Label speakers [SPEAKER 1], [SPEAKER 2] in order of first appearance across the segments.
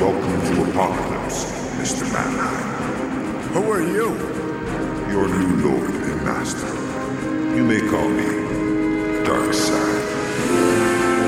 [SPEAKER 1] Welcome to Apocalypse, Mr. Manheim.
[SPEAKER 2] Who are you?
[SPEAKER 1] Your new lord and master. You may call me Darkseid.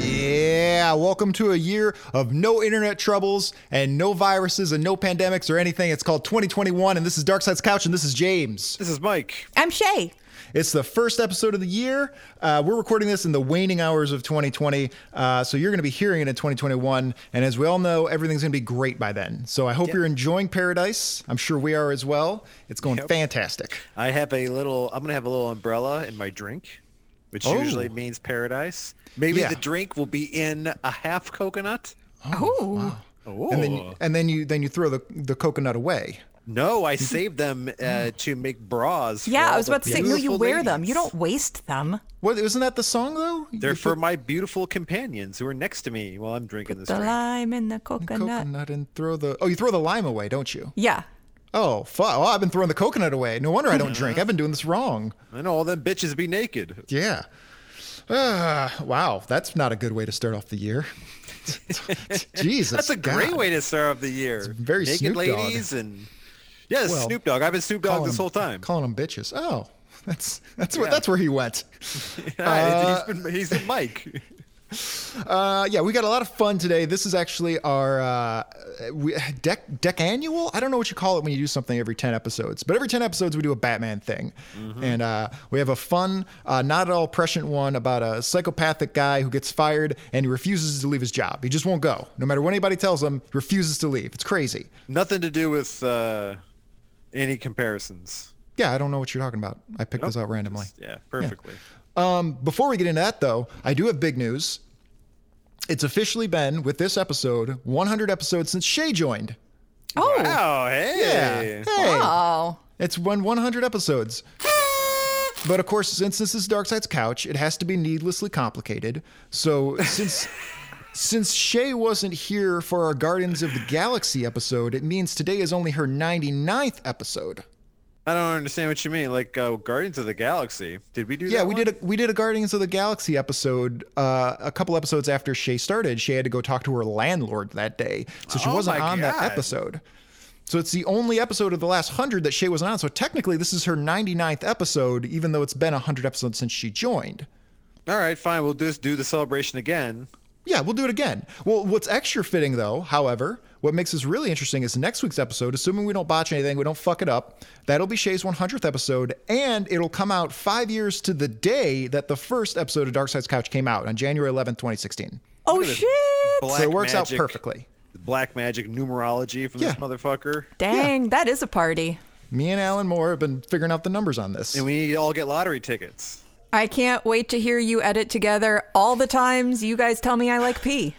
[SPEAKER 3] Yeah, welcome to a year of no internet troubles and no viruses and no pandemics or anything. It's called 2021, and this is Darkside's Couch, and this is James.
[SPEAKER 4] This is Mike.
[SPEAKER 5] I'm Shay.
[SPEAKER 3] It's the first episode of the year. Uh, we're recording this in the waning hours of 2020, uh, so you're going to be hearing it in 2021. And as we all know, everything's going to be great by then. So I hope you're enjoying Paradise. I'm sure we are as well. It's going fantastic.
[SPEAKER 4] I have a little. I'm gonna have a little umbrella in my drink, which
[SPEAKER 3] Oh.
[SPEAKER 4] usually means paradise. Maybe
[SPEAKER 3] Yeah.
[SPEAKER 4] the drink will be in a half coconut.
[SPEAKER 5] Oh,
[SPEAKER 4] Oh.
[SPEAKER 3] And then, and then you then you throw the the coconut away.
[SPEAKER 4] no, I saved them uh, to make bras. for
[SPEAKER 5] yeah.
[SPEAKER 4] all
[SPEAKER 5] I was
[SPEAKER 4] the
[SPEAKER 5] about to say, no, you
[SPEAKER 4] beautiful
[SPEAKER 5] wear them.
[SPEAKER 4] ladies.
[SPEAKER 5] You don't waste them.
[SPEAKER 3] What isn't that the song though?
[SPEAKER 4] They're
[SPEAKER 3] You
[SPEAKER 4] for
[SPEAKER 3] put
[SPEAKER 4] my beautiful companions who are next to me while I'm drinking this
[SPEAKER 5] The
[SPEAKER 4] drink.
[SPEAKER 5] lime and the coconut.
[SPEAKER 3] coconut and throw the oh you throw the lime away, don't you?
[SPEAKER 5] Yeah.
[SPEAKER 3] Oh, fuck. Oh, I've been throwing the coconut away. No wonder I don't drink. I've been doing this wrong.
[SPEAKER 4] I know all them bitches be naked.
[SPEAKER 3] Yeah. Ah, wow, that's not a good way to start off the year. Jesus.
[SPEAKER 4] That's a great
[SPEAKER 3] God.
[SPEAKER 4] way to start off the year.
[SPEAKER 3] very
[SPEAKER 4] naked
[SPEAKER 3] Snoop Dogg.
[SPEAKER 4] ladies and yeah,
[SPEAKER 3] Well,
[SPEAKER 4] Snoop Dogg. I've been Snoop Dogg
[SPEAKER 3] Calling-
[SPEAKER 4] this whole time.
[SPEAKER 3] Calling them bitches. Oh, that's that's where
[SPEAKER 4] Yeah.
[SPEAKER 3] that's where he went.
[SPEAKER 4] Yeah, he's been, he's been Mike.
[SPEAKER 3] Uh, yeah, we got a lot of fun today. This is actually our uh, we, deck deck annual. I don't know what you call it when you do something every ten episodes, but every ten episodes we do a Batman thing, and uh, we have a fun, uh, not at all prescient one about a psychopathic guy who gets fired and he refuses to leave his job. He just won't go, no matter what anybody tells him. He refuses to leave. It's crazy.
[SPEAKER 4] Nothing to do with uh, any comparisons.
[SPEAKER 3] Yeah, I don't know what you're talking about. I picked this out randomly.
[SPEAKER 4] Yeah, perfectly.
[SPEAKER 3] Before we get into that, though, I do have big news. It's officially been with this episode 100 episodes since Shay joined.
[SPEAKER 5] Oh.
[SPEAKER 4] Oh, hey.
[SPEAKER 3] Hey.
[SPEAKER 5] Wow.
[SPEAKER 3] It's won 100 episodes. But of course, since this is Darkseid's couch, it has to be needlessly complicated. So since since Shay wasn't here for our Guardians of the Galaxy episode, it means today is only her 99th episode.
[SPEAKER 4] I don't understand what you mean. Like uh, Guardians of the Galaxy. Did we do
[SPEAKER 3] Yeah,
[SPEAKER 4] that?
[SPEAKER 3] we did a we did a Guardians of the Galaxy episode uh, a couple episodes after Shay started. She had to go talk to her landlord that day, so she
[SPEAKER 4] Oh
[SPEAKER 3] wasn't
[SPEAKER 4] my
[SPEAKER 3] on that
[SPEAKER 4] God.
[SPEAKER 3] episode. So it's the only episode of the last hundred that Shay wasn't on. So technically, this is her 99th episode, even though it's been hundred episodes since she joined.
[SPEAKER 4] All right, fine. We'll just do the celebration again.
[SPEAKER 3] Yeah, we'll do it again. Well, what's extra fitting though, however, what makes this really interesting is next week's episode, assuming we don't botch anything, we don't fuck it up, that'll be Shay's 100th episode, and it'll come out five years to the day that the first episode of Dark Side's Couch came out on January 11th, 2016.
[SPEAKER 5] Oh shit.
[SPEAKER 4] Black
[SPEAKER 3] so it works
[SPEAKER 4] magic-
[SPEAKER 3] out perfectly.
[SPEAKER 4] Black magic numerology from
[SPEAKER 3] Yeah.
[SPEAKER 4] this motherfucker.
[SPEAKER 5] Dang, that is a party.
[SPEAKER 3] Me and Alan Moore have been figuring out the numbers on this.
[SPEAKER 4] And we all get lottery tickets.
[SPEAKER 5] I can't wait to hear you edit together all the times you guys tell me I like pee.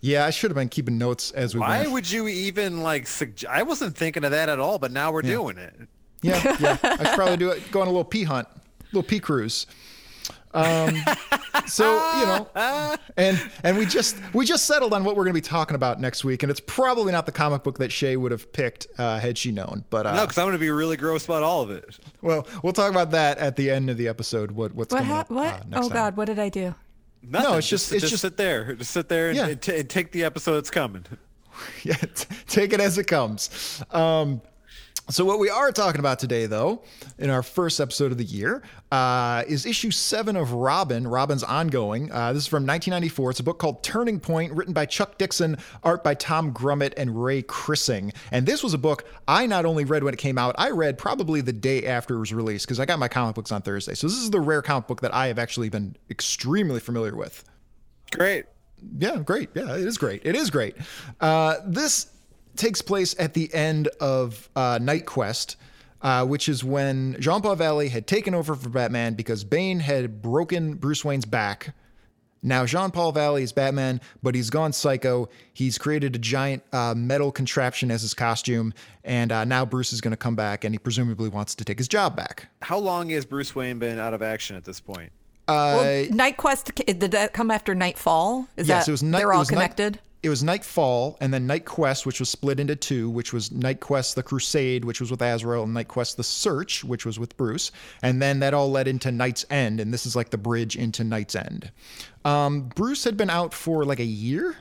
[SPEAKER 3] yeah, I should have been keeping notes as we
[SPEAKER 4] Why
[SPEAKER 3] went.
[SPEAKER 4] would you even like suggest? I wasn't thinking of that at all, but now we're doing it.
[SPEAKER 3] Yeah, yeah. I should probably do it. Go on a little pea hunt, little pea cruise. Um, so you know, and and we just we just settled on what we're going to be talking about next week, and it's probably not the comic book that Shay would have picked uh, had she known. But uh,
[SPEAKER 4] No, because I'm going to be really gross about all of it.
[SPEAKER 3] well, we'll talk about that at the end of the episode. What what's
[SPEAKER 5] What?
[SPEAKER 3] coming
[SPEAKER 5] Ha-
[SPEAKER 3] up?
[SPEAKER 5] what?
[SPEAKER 3] Uh, next
[SPEAKER 5] oh
[SPEAKER 3] time.
[SPEAKER 5] God, what did I do?
[SPEAKER 4] Nothing.
[SPEAKER 3] it's just- it's just-
[SPEAKER 4] sit there, just sit there, and,
[SPEAKER 3] Yeah.
[SPEAKER 4] and, t- and take the episode that's coming.
[SPEAKER 3] yeah, t- take it as it comes. Um, so what we are talking about today, though, in our first episode of the year, uh, is issue seven of Robin. Robin's ongoing. Uh, this is from 1994. It's a book called Turning Point, written by Chuck Dixon, art by Tom Grummett and Ray Krissing. And this was a book I not only read when it came out, I read probably the day after it was released because I got my comic books on Thursday. So this is the rare comic book that I have actually been extremely familiar with
[SPEAKER 4] Great.
[SPEAKER 3] yeah, great. Yeah, it is great. It is great. Uh, this takes place at the end of uh, Night Quest, uh, which is when Jean Paul Valley had taken over for Batman because Bane had broken Bruce Wayne's back. Now, Jean Paul Valley is Batman, but he's gone psycho. He's created a giant uh, metal contraption as his costume, and uh, now Bruce is going to come back, and he presumably wants to take his job back.
[SPEAKER 4] How long has Bruce Wayne been out of action at this point?
[SPEAKER 5] Well, Night Quest did that come after Nightfall? Is
[SPEAKER 3] Yes,
[SPEAKER 5] that
[SPEAKER 3] it was night.
[SPEAKER 5] they're
[SPEAKER 3] Uh, it
[SPEAKER 5] all
[SPEAKER 3] was night-
[SPEAKER 5] connected?
[SPEAKER 3] it was Nightfall and then Night Quest, which was split into two, which was Night Quest the Crusade, which was with Azrael, and Night Quest the Search, which was with Bruce. And then that all led into Night's End, and this is like the bridge into Night's End. Um, Bruce had been out for like a year.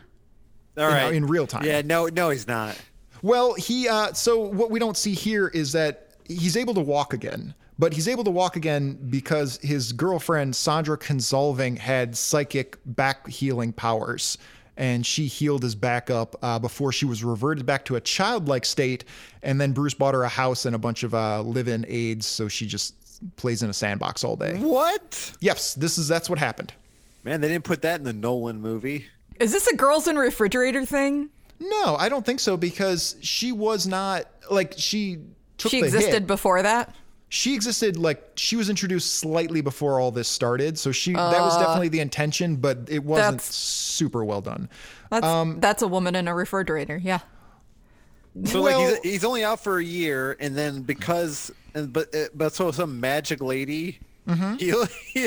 [SPEAKER 4] All right.
[SPEAKER 3] in real time.
[SPEAKER 4] Yeah, no, no, he's not.
[SPEAKER 3] Well, he uh, so what we don't see here is that he's able to walk again, but he's able to walk again because his girlfriend Sandra Consolving had psychic back healing powers. And she healed his back up uh, before she was reverted back to a childlike state. And then Bruce bought her a house and a bunch of uh, live-in aides, so she just plays in a sandbox all day.
[SPEAKER 4] What?
[SPEAKER 3] Yes, this is that's what happened.
[SPEAKER 4] Man, they didn't put that in the Nolan movie.
[SPEAKER 5] Is this a girls in refrigerator thing?
[SPEAKER 3] No, I don't think so because she was not like she took
[SPEAKER 5] She
[SPEAKER 3] the
[SPEAKER 5] existed
[SPEAKER 3] hit.
[SPEAKER 5] before that.
[SPEAKER 3] she existed like she was introduced slightly before all this started so she that was definitely the intention but it wasn't
[SPEAKER 5] Uh, That's-
[SPEAKER 3] super well done
[SPEAKER 5] That's
[SPEAKER 3] Um,
[SPEAKER 5] that's a woman in a refrigerator. Yeah.
[SPEAKER 4] So
[SPEAKER 3] Well-
[SPEAKER 4] like he's, he's only out for a year, and then because and but uh, but so some magic lady, he- he
[SPEAKER 3] his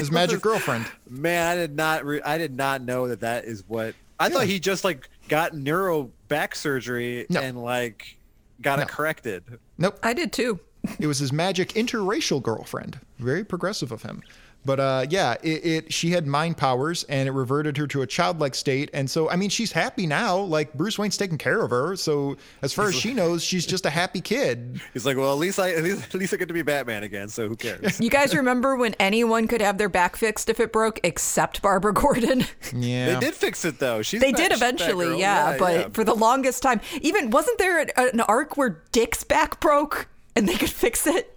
[SPEAKER 3] Mm-hmm. magic
[SPEAKER 4] was-
[SPEAKER 3] girlfriend
[SPEAKER 4] Man, I did not re- I did not know that that is what I thought. He just like got neuro back surgery
[SPEAKER 3] No.
[SPEAKER 4] and like got it corrected.
[SPEAKER 3] nope
[SPEAKER 5] I did too.
[SPEAKER 3] it was his magic interracial girlfriend very progressive of him but uh, yeah it, it she had mind powers and it reverted her to a childlike state and so i mean she's happy now like bruce wayne's taking care of her so as far as she knows she's just a happy kid
[SPEAKER 4] He's like, well, at least I at least, at least I get to be Batman again. So who cares?
[SPEAKER 5] You guys remember when anyone could have their back fixed if it broke except Barbara Gordon?
[SPEAKER 3] yeah
[SPEAKER 4] They did fix it though. She's
[SPEAKER 5] They
[SPEAKER 4] back-
[SPEAKER 5] did
[SPEAKER 4] she's back,
[SPEAKER 5] eventually,
[SPEAKER 4] girl.
[SPEAKER 5] yeah, but
[SPEAKER 4] yeah.
[SPEAKER 5] for the longest time, even wasn't there an, an arc where Dick's back broke and they could fix it?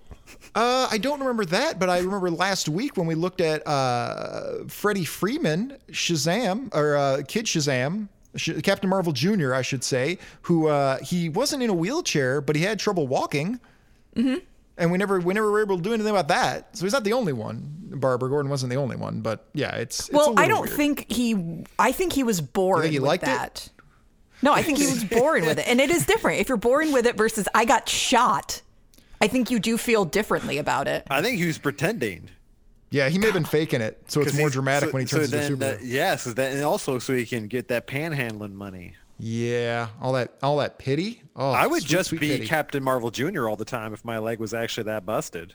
[SPEAKER 3] Uh, I don't remember that, but I remember last week when we looked at uh, Freddie Freeman, Shazam, or uh, Kid Shazam, Sh- Captain Marvel Jr., I should say, who uh, he wasn't in a wheelchair, but he had trouble walking. Mm-hmm. And we never, we never were able to do anything about that. So he's not the only one. Barbara Gordon wasn't the only one, but yeah, it's. it's a
[SPEAKER 5] Well, I
[SPEAKER 3] little
[SPEAKER 5] don't
[SPEAKER 3] weird.
[SPEAKER 5] think he. I think he was bored
[SPEAKER 3] he
[SPEAKER 5] with
[SPEAKER 3] liked it?
[SPEAKER 5] that. No, I think he was bored with it, and it is different. If you're born with it versus I got shot, I think you do feel differently about it.
[SPEAKER 4] I think he was pretending.
[SPEAKER 3] Yeah, he may have been faking it, so it's
[SPEAKER 4] 'Cause
[SPEAKER 3] more
[SPEAKER 4] he's-
[SPEAKER 3] dramatic
[SPEAKER 4] so-
[SPEAKER 3] when he
[SPEAKER 4] so
[SPEAKER 3] turns into
[SPEAKER 4] then,
[SPEAKER 3] a
[SPEAKER 4] uh,
[SPEAKER 3] superhero.
[SPEAKER 4] yeah, so that, and also so he can get that panhandling money.
[SPEAKER 3] yeah, all that, all that pity. Oh,
[SPEAKER 4] I would
[SPEAKER 3] sweet,
[SPEAKER 4] just
[SPEAKER 3] sweet
[SPEAKER 4] be
[SPEAKER 3] pity.
[SPEAKER 4] Captain Marvel Jr. all the time if my leg was actually that busted.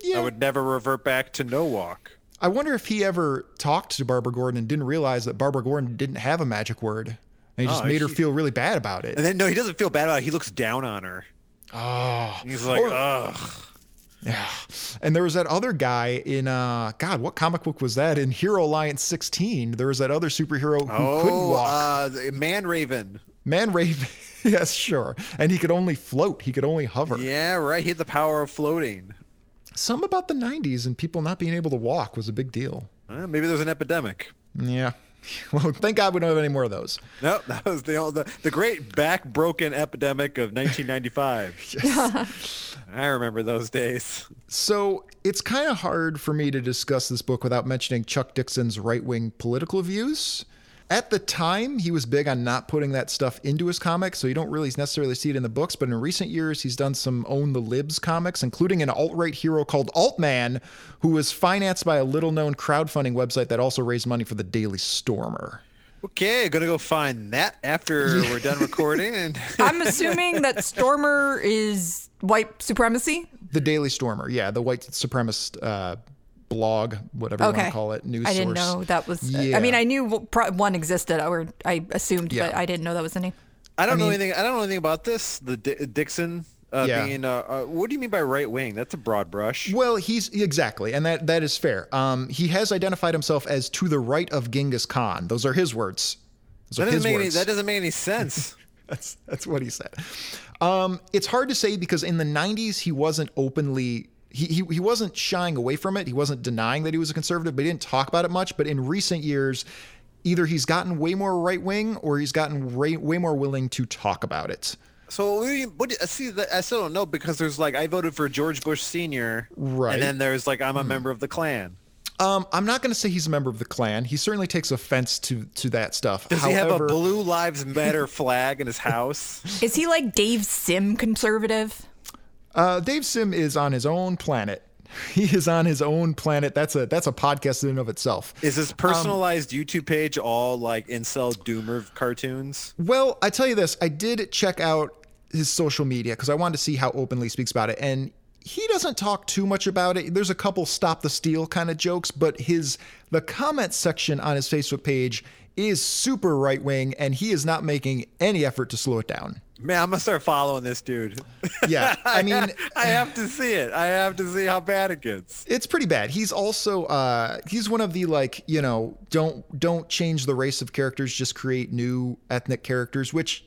[SPEAKER 3] Yeah.
[SPEAKER 4] I would never revert back to no walk.
[SPEAKER 3] I wonder if he ever talked to Barbara Gordon and didn't realize that Barbara Gordon didn't have a magic word. And he just
[SPEAKER 4] Oh,
[SPEAKER 3] made her
[SPEAKER 4] she-
[SPEAKER 3] feel really bad about it.
[SPEAKER 4] And then no, he doesn't feel bad about it. He looks down on her. Oh, he's like,
[SPEAKER 3] Ah. Or-
[SPEAKER 4] ugh.
[SPEAKER 3] Yeah. And there was that other guy in uh God, what comic book was that? In Hero Alliance 16, there was that other superhero who couldn't
[SPEAKER 4] Oh,
[SPEAKER 3] walk.
[SPEAKER 4] uh, the Man Raven.
[SPEAKER 3] Man Raven. yes, sure. And he could only float. He could only hover.
[SPEAKER 4] Yeah, right. He had the power of floating.
[SPEAKER 3] Some about the 90s and people not being able to walk was a big deal.
[SPEAKER 4] Uh, maybe there's an epidemic.
[SPEAKER 3] Yeah. Well, thank God we don't have any more of those.
[SPEAKER 4] No, that was the, the the great back broken epidemic of 1995. I remember those days.
[SPEAKER 3] So it's kind of hard for me to discuss this book without mentioning Chuck Dixon's right wing political views. At the time, he was big on not putting that stuff into his comics, so you don't really necessarily see it in the books. But in recent years, he's done some Own the Libs comics, including an alt right hero called Altman, who was financed by a little known crowdfunding website that also raised money for the Daily Stormer.
[SPEAKER 4] Okay, gonna go find that after we're done recording and.
[SPEAKER 5] I'm assuming that Stormer is white supremacy.
[SPEAKER 3] The Daily Stormer, yeah, the white supremacist uh, blog, whatever you want
[SPEAKER 5] Okay.
[SPEAKER 3] to call it, news
[SPEAKER 5] I didn't
[SPEAKER 3] source.
[SPEAKER 5] know that was.
[SPEAKER 3] Yeah.
[SPEAKER 5] I mean, I knew pro- one existed, or I assumed,
[SPEAKER 3] Yeah.
[SPEAKER 5] but I didn't know that was the name.
[SPEAKER 4] I don't know anything. I don't know anything about this. The D- Dixon uh,
[SPEAKER 3] Yeah.
[SPEAKER 4] being. Uh, uh, what do you mean by right wing? That's a broad brush.
[SPEAKER 3] Well, he's exactly, and that that is fair. Um, he has identified himself as to the right of Genghis Khan. Those are his words. Those
[SPEAKER 4] That
[SPEAKER 3] are
[SPEAKER 4] doesn't
[SPEAKER 3] his
[SPEAKER 4] make any.
[SPEAKER 3] words.
[SPEAKER 4] That doesn't make any sense.
[SPEAKER 3] that's that's what he said. Um, it's hard to say because in the '90s he wasn't openly. He, he, he wasn't shying away from it. He wasn't denying that he was a conservative, but he didn't talk about it much. But in recent years, either he's gotten way more right wing or he's gotten way, way more willing to talk about it.
[SPEAKER 4] so what do you? What do, uh, see, that, I still don't know because there's like I voted for George Bush Senior,
[SPEAKER 3] Right. Hmm.
[SPEAKER 4] And then there's like I'm a member of the Klan.
[SPEAKER 3] Um, I'm not going to say he's a member of the Klan. He certainly takes offense to to that stuff.
[SPEAKER 4] Does he have a
[SPEAKER 3] However-
[SPEAKER 4] Blue Lives Matter flag in his house?
[SPEAKER 5] Is he like Dave Sim conservative?
[SPEAKER 3] Uh, Dave Sim is on his own planet. He is on his own planet. That's a that's a podcast in and of itself.
[SPEAKER 4] Is
[SPEAKER 5] Um,
[SPEAKER 4] this personalized YouTube page all like incel doomer cartoons?
[SPEAKER 3] Well, I tell you this, I did check out his social media because I wanted to see how openly he speaks about it, and he doesn't talk too much about it. There's a couple stop the steal kind of jokes, but his the comment section on his Facebook page is super right wing, and he is not making any effort to slow it down.
[SPEAKER 4] Man, I'm gonna start following this dude.
[SPEAKER 3] Yeah, I mean,
[SPEAKER 4] I have to see it. I have to see how bad it gets.
[SPEAKER 3] it's pretty bad. He's also uh, he's one of the like you know don't don't change the race of characters, just create new ethnic characters, which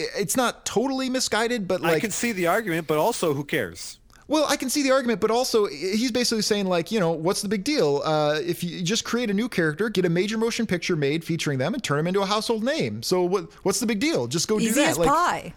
[SPEAKER 3] i- it's not totally misguided, but like
[SPEAKER 4] I can see the argument, but also who cares?
[SPEAKER 3] well, I can see the argument, but also i- he's basically saying like, you know, what's the big deal? Uh, if you just create a new character, get a major motion picture made featuring them, and turn them into a household name. So what? What's the big deal? Just go do
[SPEAKER 5] Easy
[SPEAKER 3] that.
[SPEAKER 5] as
[SPEAKER 3] Like,
[SPEAKER 5] pie.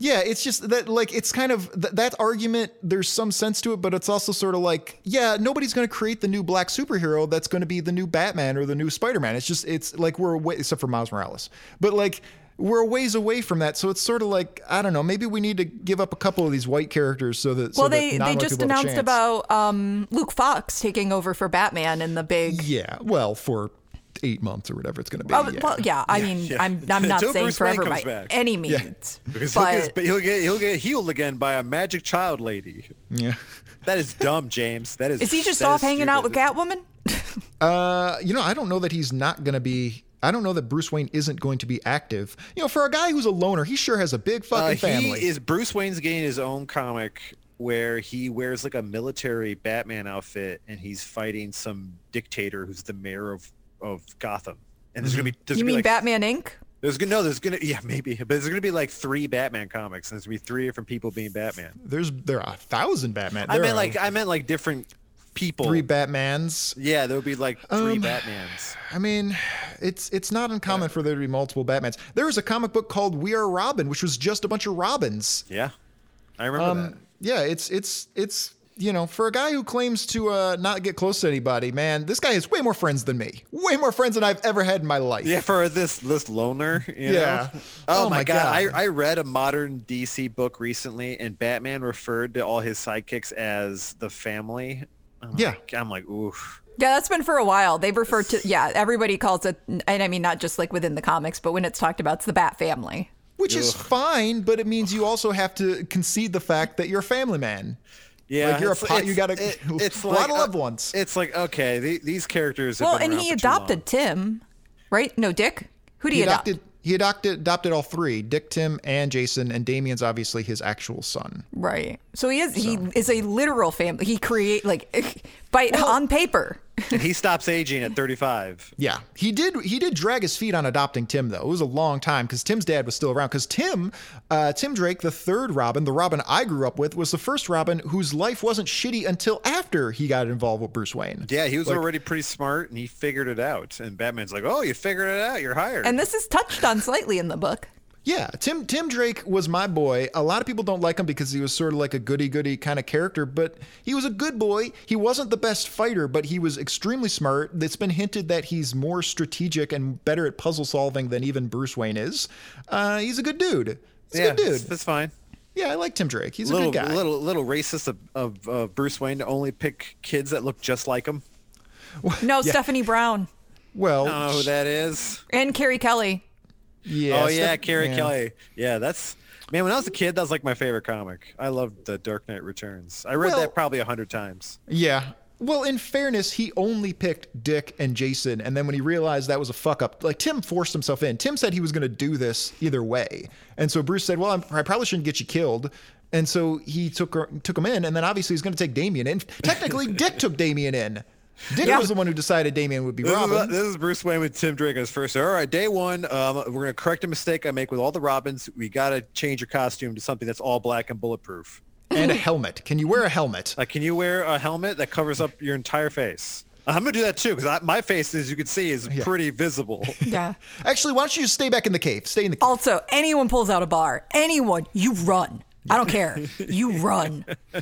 [SPEAKER 3] yeah, it's just that like it's kind of th- that argument. There's some sense to it, but it's also sort of like, yeah, nobody's going to create the new black superhero that's going to be the new Batman or the new Spider Man. It's just it's like we're away, except for Miles Morales, but like we're a ways away from that. So it's sort of like I don't know. Maybe we need to give up a couple of these white characters so that so
[SPEAKER 5] well,
[SPEAKER 3] that
[SPEAKER 5] they, they
[SPEAKER 3] non-white
[SPEAKER 5] just
[SPEAKER 3] people have a
[SPEAKER 5] announced
[SPEAKER 3] chance.
[SPEAKER 5] about um, Luke Fox taking over for Batman in the big.
[SPEAKER 3] yeah, well for eight months or whatever it's going to be.
[SPEAKER 5] Oh,
[SPEAKER 3] yeah.
[SPEAKER 5] Well, yeah. I mean, I'm I'm not
[SPEAKER 4] Until
[SPEAKER 5] saying
[SPEAKER 4] Bruce Wayne
[SPEAKER 5] forever by
[SPEAKER 4] comes back.
[SPEAKER 5] any means,
[SPEAKER 4] Because he'll
[SPEAKER 5] but
[SPEAKER 4] get, but he'll get he'll get healed again by a magic child lady.
[SPEAKER 3] yeah.
[SPEAKER 4] That is dumb, James. That is.
[SPEAKER 5] is he just
[SPEAKER 4] that
[SPEAKER 5] off
[SPEAKER 4] is
[SPEAKER 5] hanging out with
[SPEAKER 4] stupid.
[SPEAKER 5] Catwoman?
[SPEAKER 3] Uh, you know, I don't know that he's not going to be. I don't know that Bruce Wayne isn't going to be active. You know, for a guy who's a loner, he sure has a big fucking
[SPEAKER 4] Uh,
[SPEAKER 3] family.
[SPEAKER 4] he is Bruce Wayne's getting his own comic where he wears like a military Batman outfit and he's fighting some dictator who's the mayor of of Gotham. And there's
[SPEAKER 3] Mm-hmm.
[SPEAKER 4] gonna be there's
[SPEAKER 5] You
[SPEAKER 4] gonna
[SPEAKER 5] mean
[SPEAKER 4] be like,
[SPEAKER 5] Batman Inc?
[SPEAKER 4] There's gonna no, there's gonna yeah maybe, but there's gonna be like three Batman comics, and there's gonna be three different people being Batman.
[SPEAKER 3] There's there are a thousand Batman.
[SPEAKER 4] I
[SPEAKER 3] There
[SPEAKER 4] meant
[SPEAKER 3] are
[SPEAKER 4] like I meant like different people.
[SPEAKER 3] three Batmans.
[SPEAKER 4] yeah, there would be like three
[SPEAKER 3] Um,
[SPEAKER 4] Batmans.
[SPEAKER 3] I mean, it's it's not uncommon for there to be multiple Batmans. There was a comic book called We Are Robin, which was just a bunch of Robins.
[SPEAKER 4] Yeah, I
[SPEAKER 3] um,
[SPEAKER 4] remember that.
[SPEAKER 3] Yeah, it's it's it's you know, for a guy who claims to uh, not get close to anybody, man, this guy has way more friends than me. Way more friends than I've ever had in my life.
[SPEAKER 4] Yeah, for this this loner. you know?
[SPEAKER 3] Yeah.
[SPEAKER 4] Oh,
[SPEAKER 3] Oh
[SPEAKER 4] my
[SPEAKER 3] my
[SPEAKER 4] god.
[SPEAKER 3] God.
[SPEAKER 4] I, I read a modern DC book recently, and Batman referred to all his sidekicks as the family. I'm
[SPEAKER 3] Yeah.
[SPEAKER 4] like- I'm like, oof.
[SPEAKER 5] Yeah, that's been for a while. They refer to yeah, everybody calls it, and I mean not just like within the comics, but when it's talked about, it's the Bat Family.
[SPEAKER 3] Which is fine, but it means you also have to concede the fact that you're a family man.
[SPEAKER 4] Yeah,
[SPEAKER 3] Like, you're a
[SPEAKER 4] it's-
[SPEAKER 3] pot- you
[SPEAKER 4] it's-
[SPEAKER 3] gotta-
[SPEAKER 4] it-
[SPEAKER 3] a lot of loved ones.
[SPEAKER 4] It's like okay, the, these characters. Have
[SPEAKER 5] Well,
[SPEAKER 4] been
[SPEAKER 5] and
[SPEAKER 4] around
[SPEAKER 5] he
[SPEAKER 4] for too
[SPEAKER 5] adopted
[SPEAKER 4] long.
[SPEAKER 5] Tim, right? No, Dick. Who do you adopt?
[SPEAKER 3] adopted he adopted adopted all three, Dick, Tim, and Jason, and Damien's obviously his actual son.
[SPEAKER 5] Right. So he is he is a literal family. He create like by on paper.
[SPEAKER 4] And he stops aging at 35.
[SPEAKER 3] Yeah, he did. He did drag his feet on adopting Tim, though. It was a long time because Tim's dad was still around. Because Tim, uh, Tim Drake, the third Robin, the Robin I grew up with, was the first Robin whose life wasn't shitty until after he got involved with Bruce Wayne.
[SPEAKER 4] Yeah, he was already pretty smart, and he figured it out. And Batman's like, "Oh, you figured it out. You're hired."
[SPEAKER 5] And this is touched on slightly in the book.
[SPEAKER 3] Yeah, Tim Tim Drake was my boy. A lot of people don't like him because he was sort of like a goody goody kind of character, but he was a good boy. He wasn't the best fighter, but he was extremely smart. It's been hinted that he's more strategic and better at puzzle solving than even Bruce Wayne is. Uh, he's a good dude. He's
[SPEAKER 4] yeah,
[SPEAKER 3] a good
[SPEAKER 4] that's-
[SPEAKER 3] dude.
[SPEAKER 4] that's fine.
[SPEAKER 3] Yeah, I like Tim Drake. He's
[SPEAKER 4] little,
[SPEAKER 3] a good guy.
[SPEAKER 4] little, little racist of, of uh, Bruce Wayne to only pick kids that look just like him.
[SPEAKER 5] No, Stephanie Brown
[SPEAKER 3] well,
[SPEAKER 4] I don't know who that is.
[SPEAKER 5] and Carrie Kelly.
[SPEAKER 3] yeah.
[SPEAKER 4] oh yeah,
[SPEAKER 3] Steph-
[SPEAKER 4] Carrie
[SPEAKER 3] yeah.
[SPEAKER 4] Kelly. Yeah, that's man. When I was a kid, that was like my favorite comic. I loved the Dark Knight Returns. I read
[SPEAKER 3] Well-
[SPEAKER 4] that probably a hundred times.
[SPEAKER 3] Yeah. Well, in fairness, he only picked Dick and Jason, and then when he realized that was a fuck up, like Tim forced himself in. Tim said he was going to do this either way, and so Bruce said, "Well, I'm, I probably shouldn't get you killed." And so he took her, took him in, and then obviously he's going to take Damien in. Technically, Dick took Damien in. Dick was the one who decided Damien would be
[SPEAKER 4] This is,
[SPEAKER 3] Robin.
[SPEAKER 4] this is Bruce Wayne with Tim Drake as first. All right, day one. Um, we're gonna correct a mistake I make with all the Robins. We gotta change your costume to something that's all black and bulletproof.
[SPEAKER 3] and a helmet. Can you wear a helmet?
[SPEAKER 4] Like, can you wear a helmet that covers up your entire face? I'm gonna do that too because my face, as you can see, is pretty visible.
[SPEAKER 5] Yeah.
[SPEAKER 3] Actually, why don't you just stay back in the cave? Stay in the cave.
[SPEAKER 5] Also, anyone pulls out a bar, anyone, you run. I don't care. You run.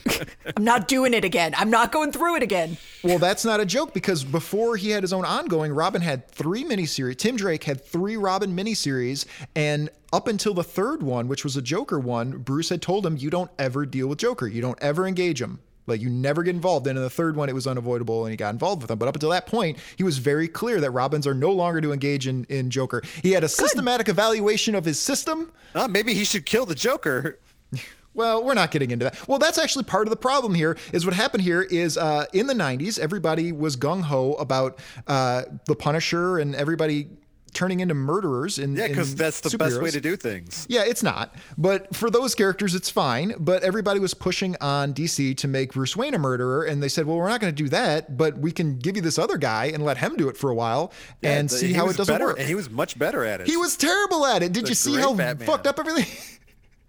[SPEAKER 5] I'm not doing it again. I'm not going through it again.
[SPEAKER 3] Well, that's not a joke because before he had his own ongoing, Robin had three miniseries. Tim Drake had three Robin miniseries, and up until the third one, which was a Joker one, Bruce had told him, "You don't ever deal with Joker. You don't ever engage him." Like you never get involved. And in the third one, it was unavoidable, and he got involved with them. But up until that point, he was very clear that Robins are no longer to engage in in Joker. He had a systematic evaluation of his system.
[SPEAKER 4] Ah, maybe he should kill the Joker.
[SPEAKER 3] Well, we're not getting into that. Well, that's actually part of the problem here. Is what happened here is uh, in the '90s, everybody was gung ho about uh, the Punisher and everybody turning into murderers. In,
[SPEAKER 4] Yeah, because
[SPEAKER 3] in
[SPEAKER 4] that's the best way
[SPEAKER 3] superheroes.
[SPEAKER 4] to do things.
[SPEAKER 3] Yeah, it's not. But for those characters, it's fine. But everybody was pushing on DC to make Bruce Wayne a murderer, and they said, "Well, we're not going to do that, but we can give you this other guy and let him do it for a while and
[SPEAKER 4] the-
[SPEAKER 3] see
[SPEAKER 4] uh, he
[SPEAKER 3] how
[SPEAKER 4] was
[SPEAKER 3] it doesn't
[SPEAKER 4] better,
[SPEAKER 3] work."
[SPEAKER 4] And he was much better at it.
[SPEAKER 3] He was terrible at it. Did
[SPEAKER 4] The
[SPEAKER 3] you see
[SPEAKER 4] great
[SPEAKER 3] how
[SPEAKER 4] Batman.
[SPEAKER 3] fucked up everything?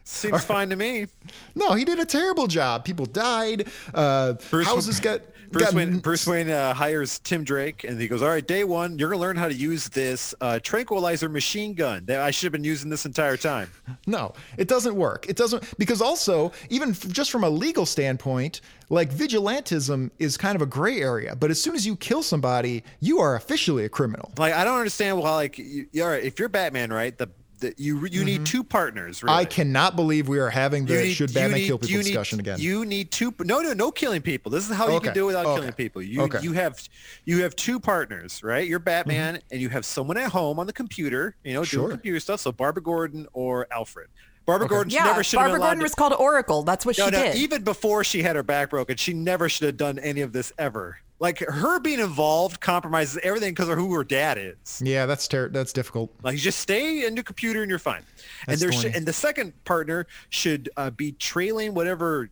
[SPEAKER 4] Seems fine to me.
[SPEAKER 3] No, he did a terrible job. People died. Uh, houses got.
[SPEAKER 4] Bruce
[SPEAKER 3] got-
[SPEAKER 4] Wayne, Bruce Wayne uh, hires Tim Drake, and he goes, "All right, day one, you're gonna learn how to use this uh, tranquilizer machine gun that I should have been using this entire time."
[SPEAKER 3] No, it doesn't work. It doesn't because also even f- just from a legal standpoint, like vigilantism is kind of a gray area. But as soon as you kill somebody, you are officially a criminal.
[SPEAKER 4] Like, I don't understand why. Like, you, all right, if you're Batman, right, the, the you you need two partners. Really.
[SPEAKER 3] Mm-hmm. I cannot believe we are having the
[SPEAKER 4] You need-
[SPEAKER 3] should
[SPEAKER 4] you
[SPEAKER 3] Batman
[SPEAKER 4] need-
[SPEAKER 3] kill
[SPEAKER 4] you
[SPEAKER 3] people
[SPEAKER 4] need-
[SPEAKER 3] discussion again.
[SPEAKER 4] You need two. No, no, no killing people. This is how you
[SPEAKER 3] Okay.
[SPEAKER 4] can do it without
[SPEAKER 3] Okay.
[SPEAKER 4] killing people. You
[SPEAKER 3] Okay.
[SPEAKER 4] you have you have two partners, right? You're Batman, and you have someone at home on the computer, you know,
[SPEAKER 3] Mm-hmm. Sure.
[SPEAKER 4] doing computer stuff. So Barbara Gordon or Alfred. Barbara Gordon
[SPEAKER 5] Yeah,
[SPEAKER 4] never should have
[SPEAKER 5] Barbara Gordon was called Oracle. That's what
[SPEAKER 4] no,
[SPEAKER 5] she
[SPEAKER 4] no,
[SPEAKER 5] did.
[SPEAKER 4] even before she had her back broken, she never should have done any of this ever. Like her being involved compromises everything because of who her dad is.
[SPEAKER 3] yeah, that's ter- that's difficult.
[SPEAKER 4] Like you just stay in your computer and you're fine.
[SPEAKER 3] That's
[SPEAKER 4] and there should,
[SPEAKER 3] thorny.
[SPEAKER 4] and the second partner should uh, be trailing whatever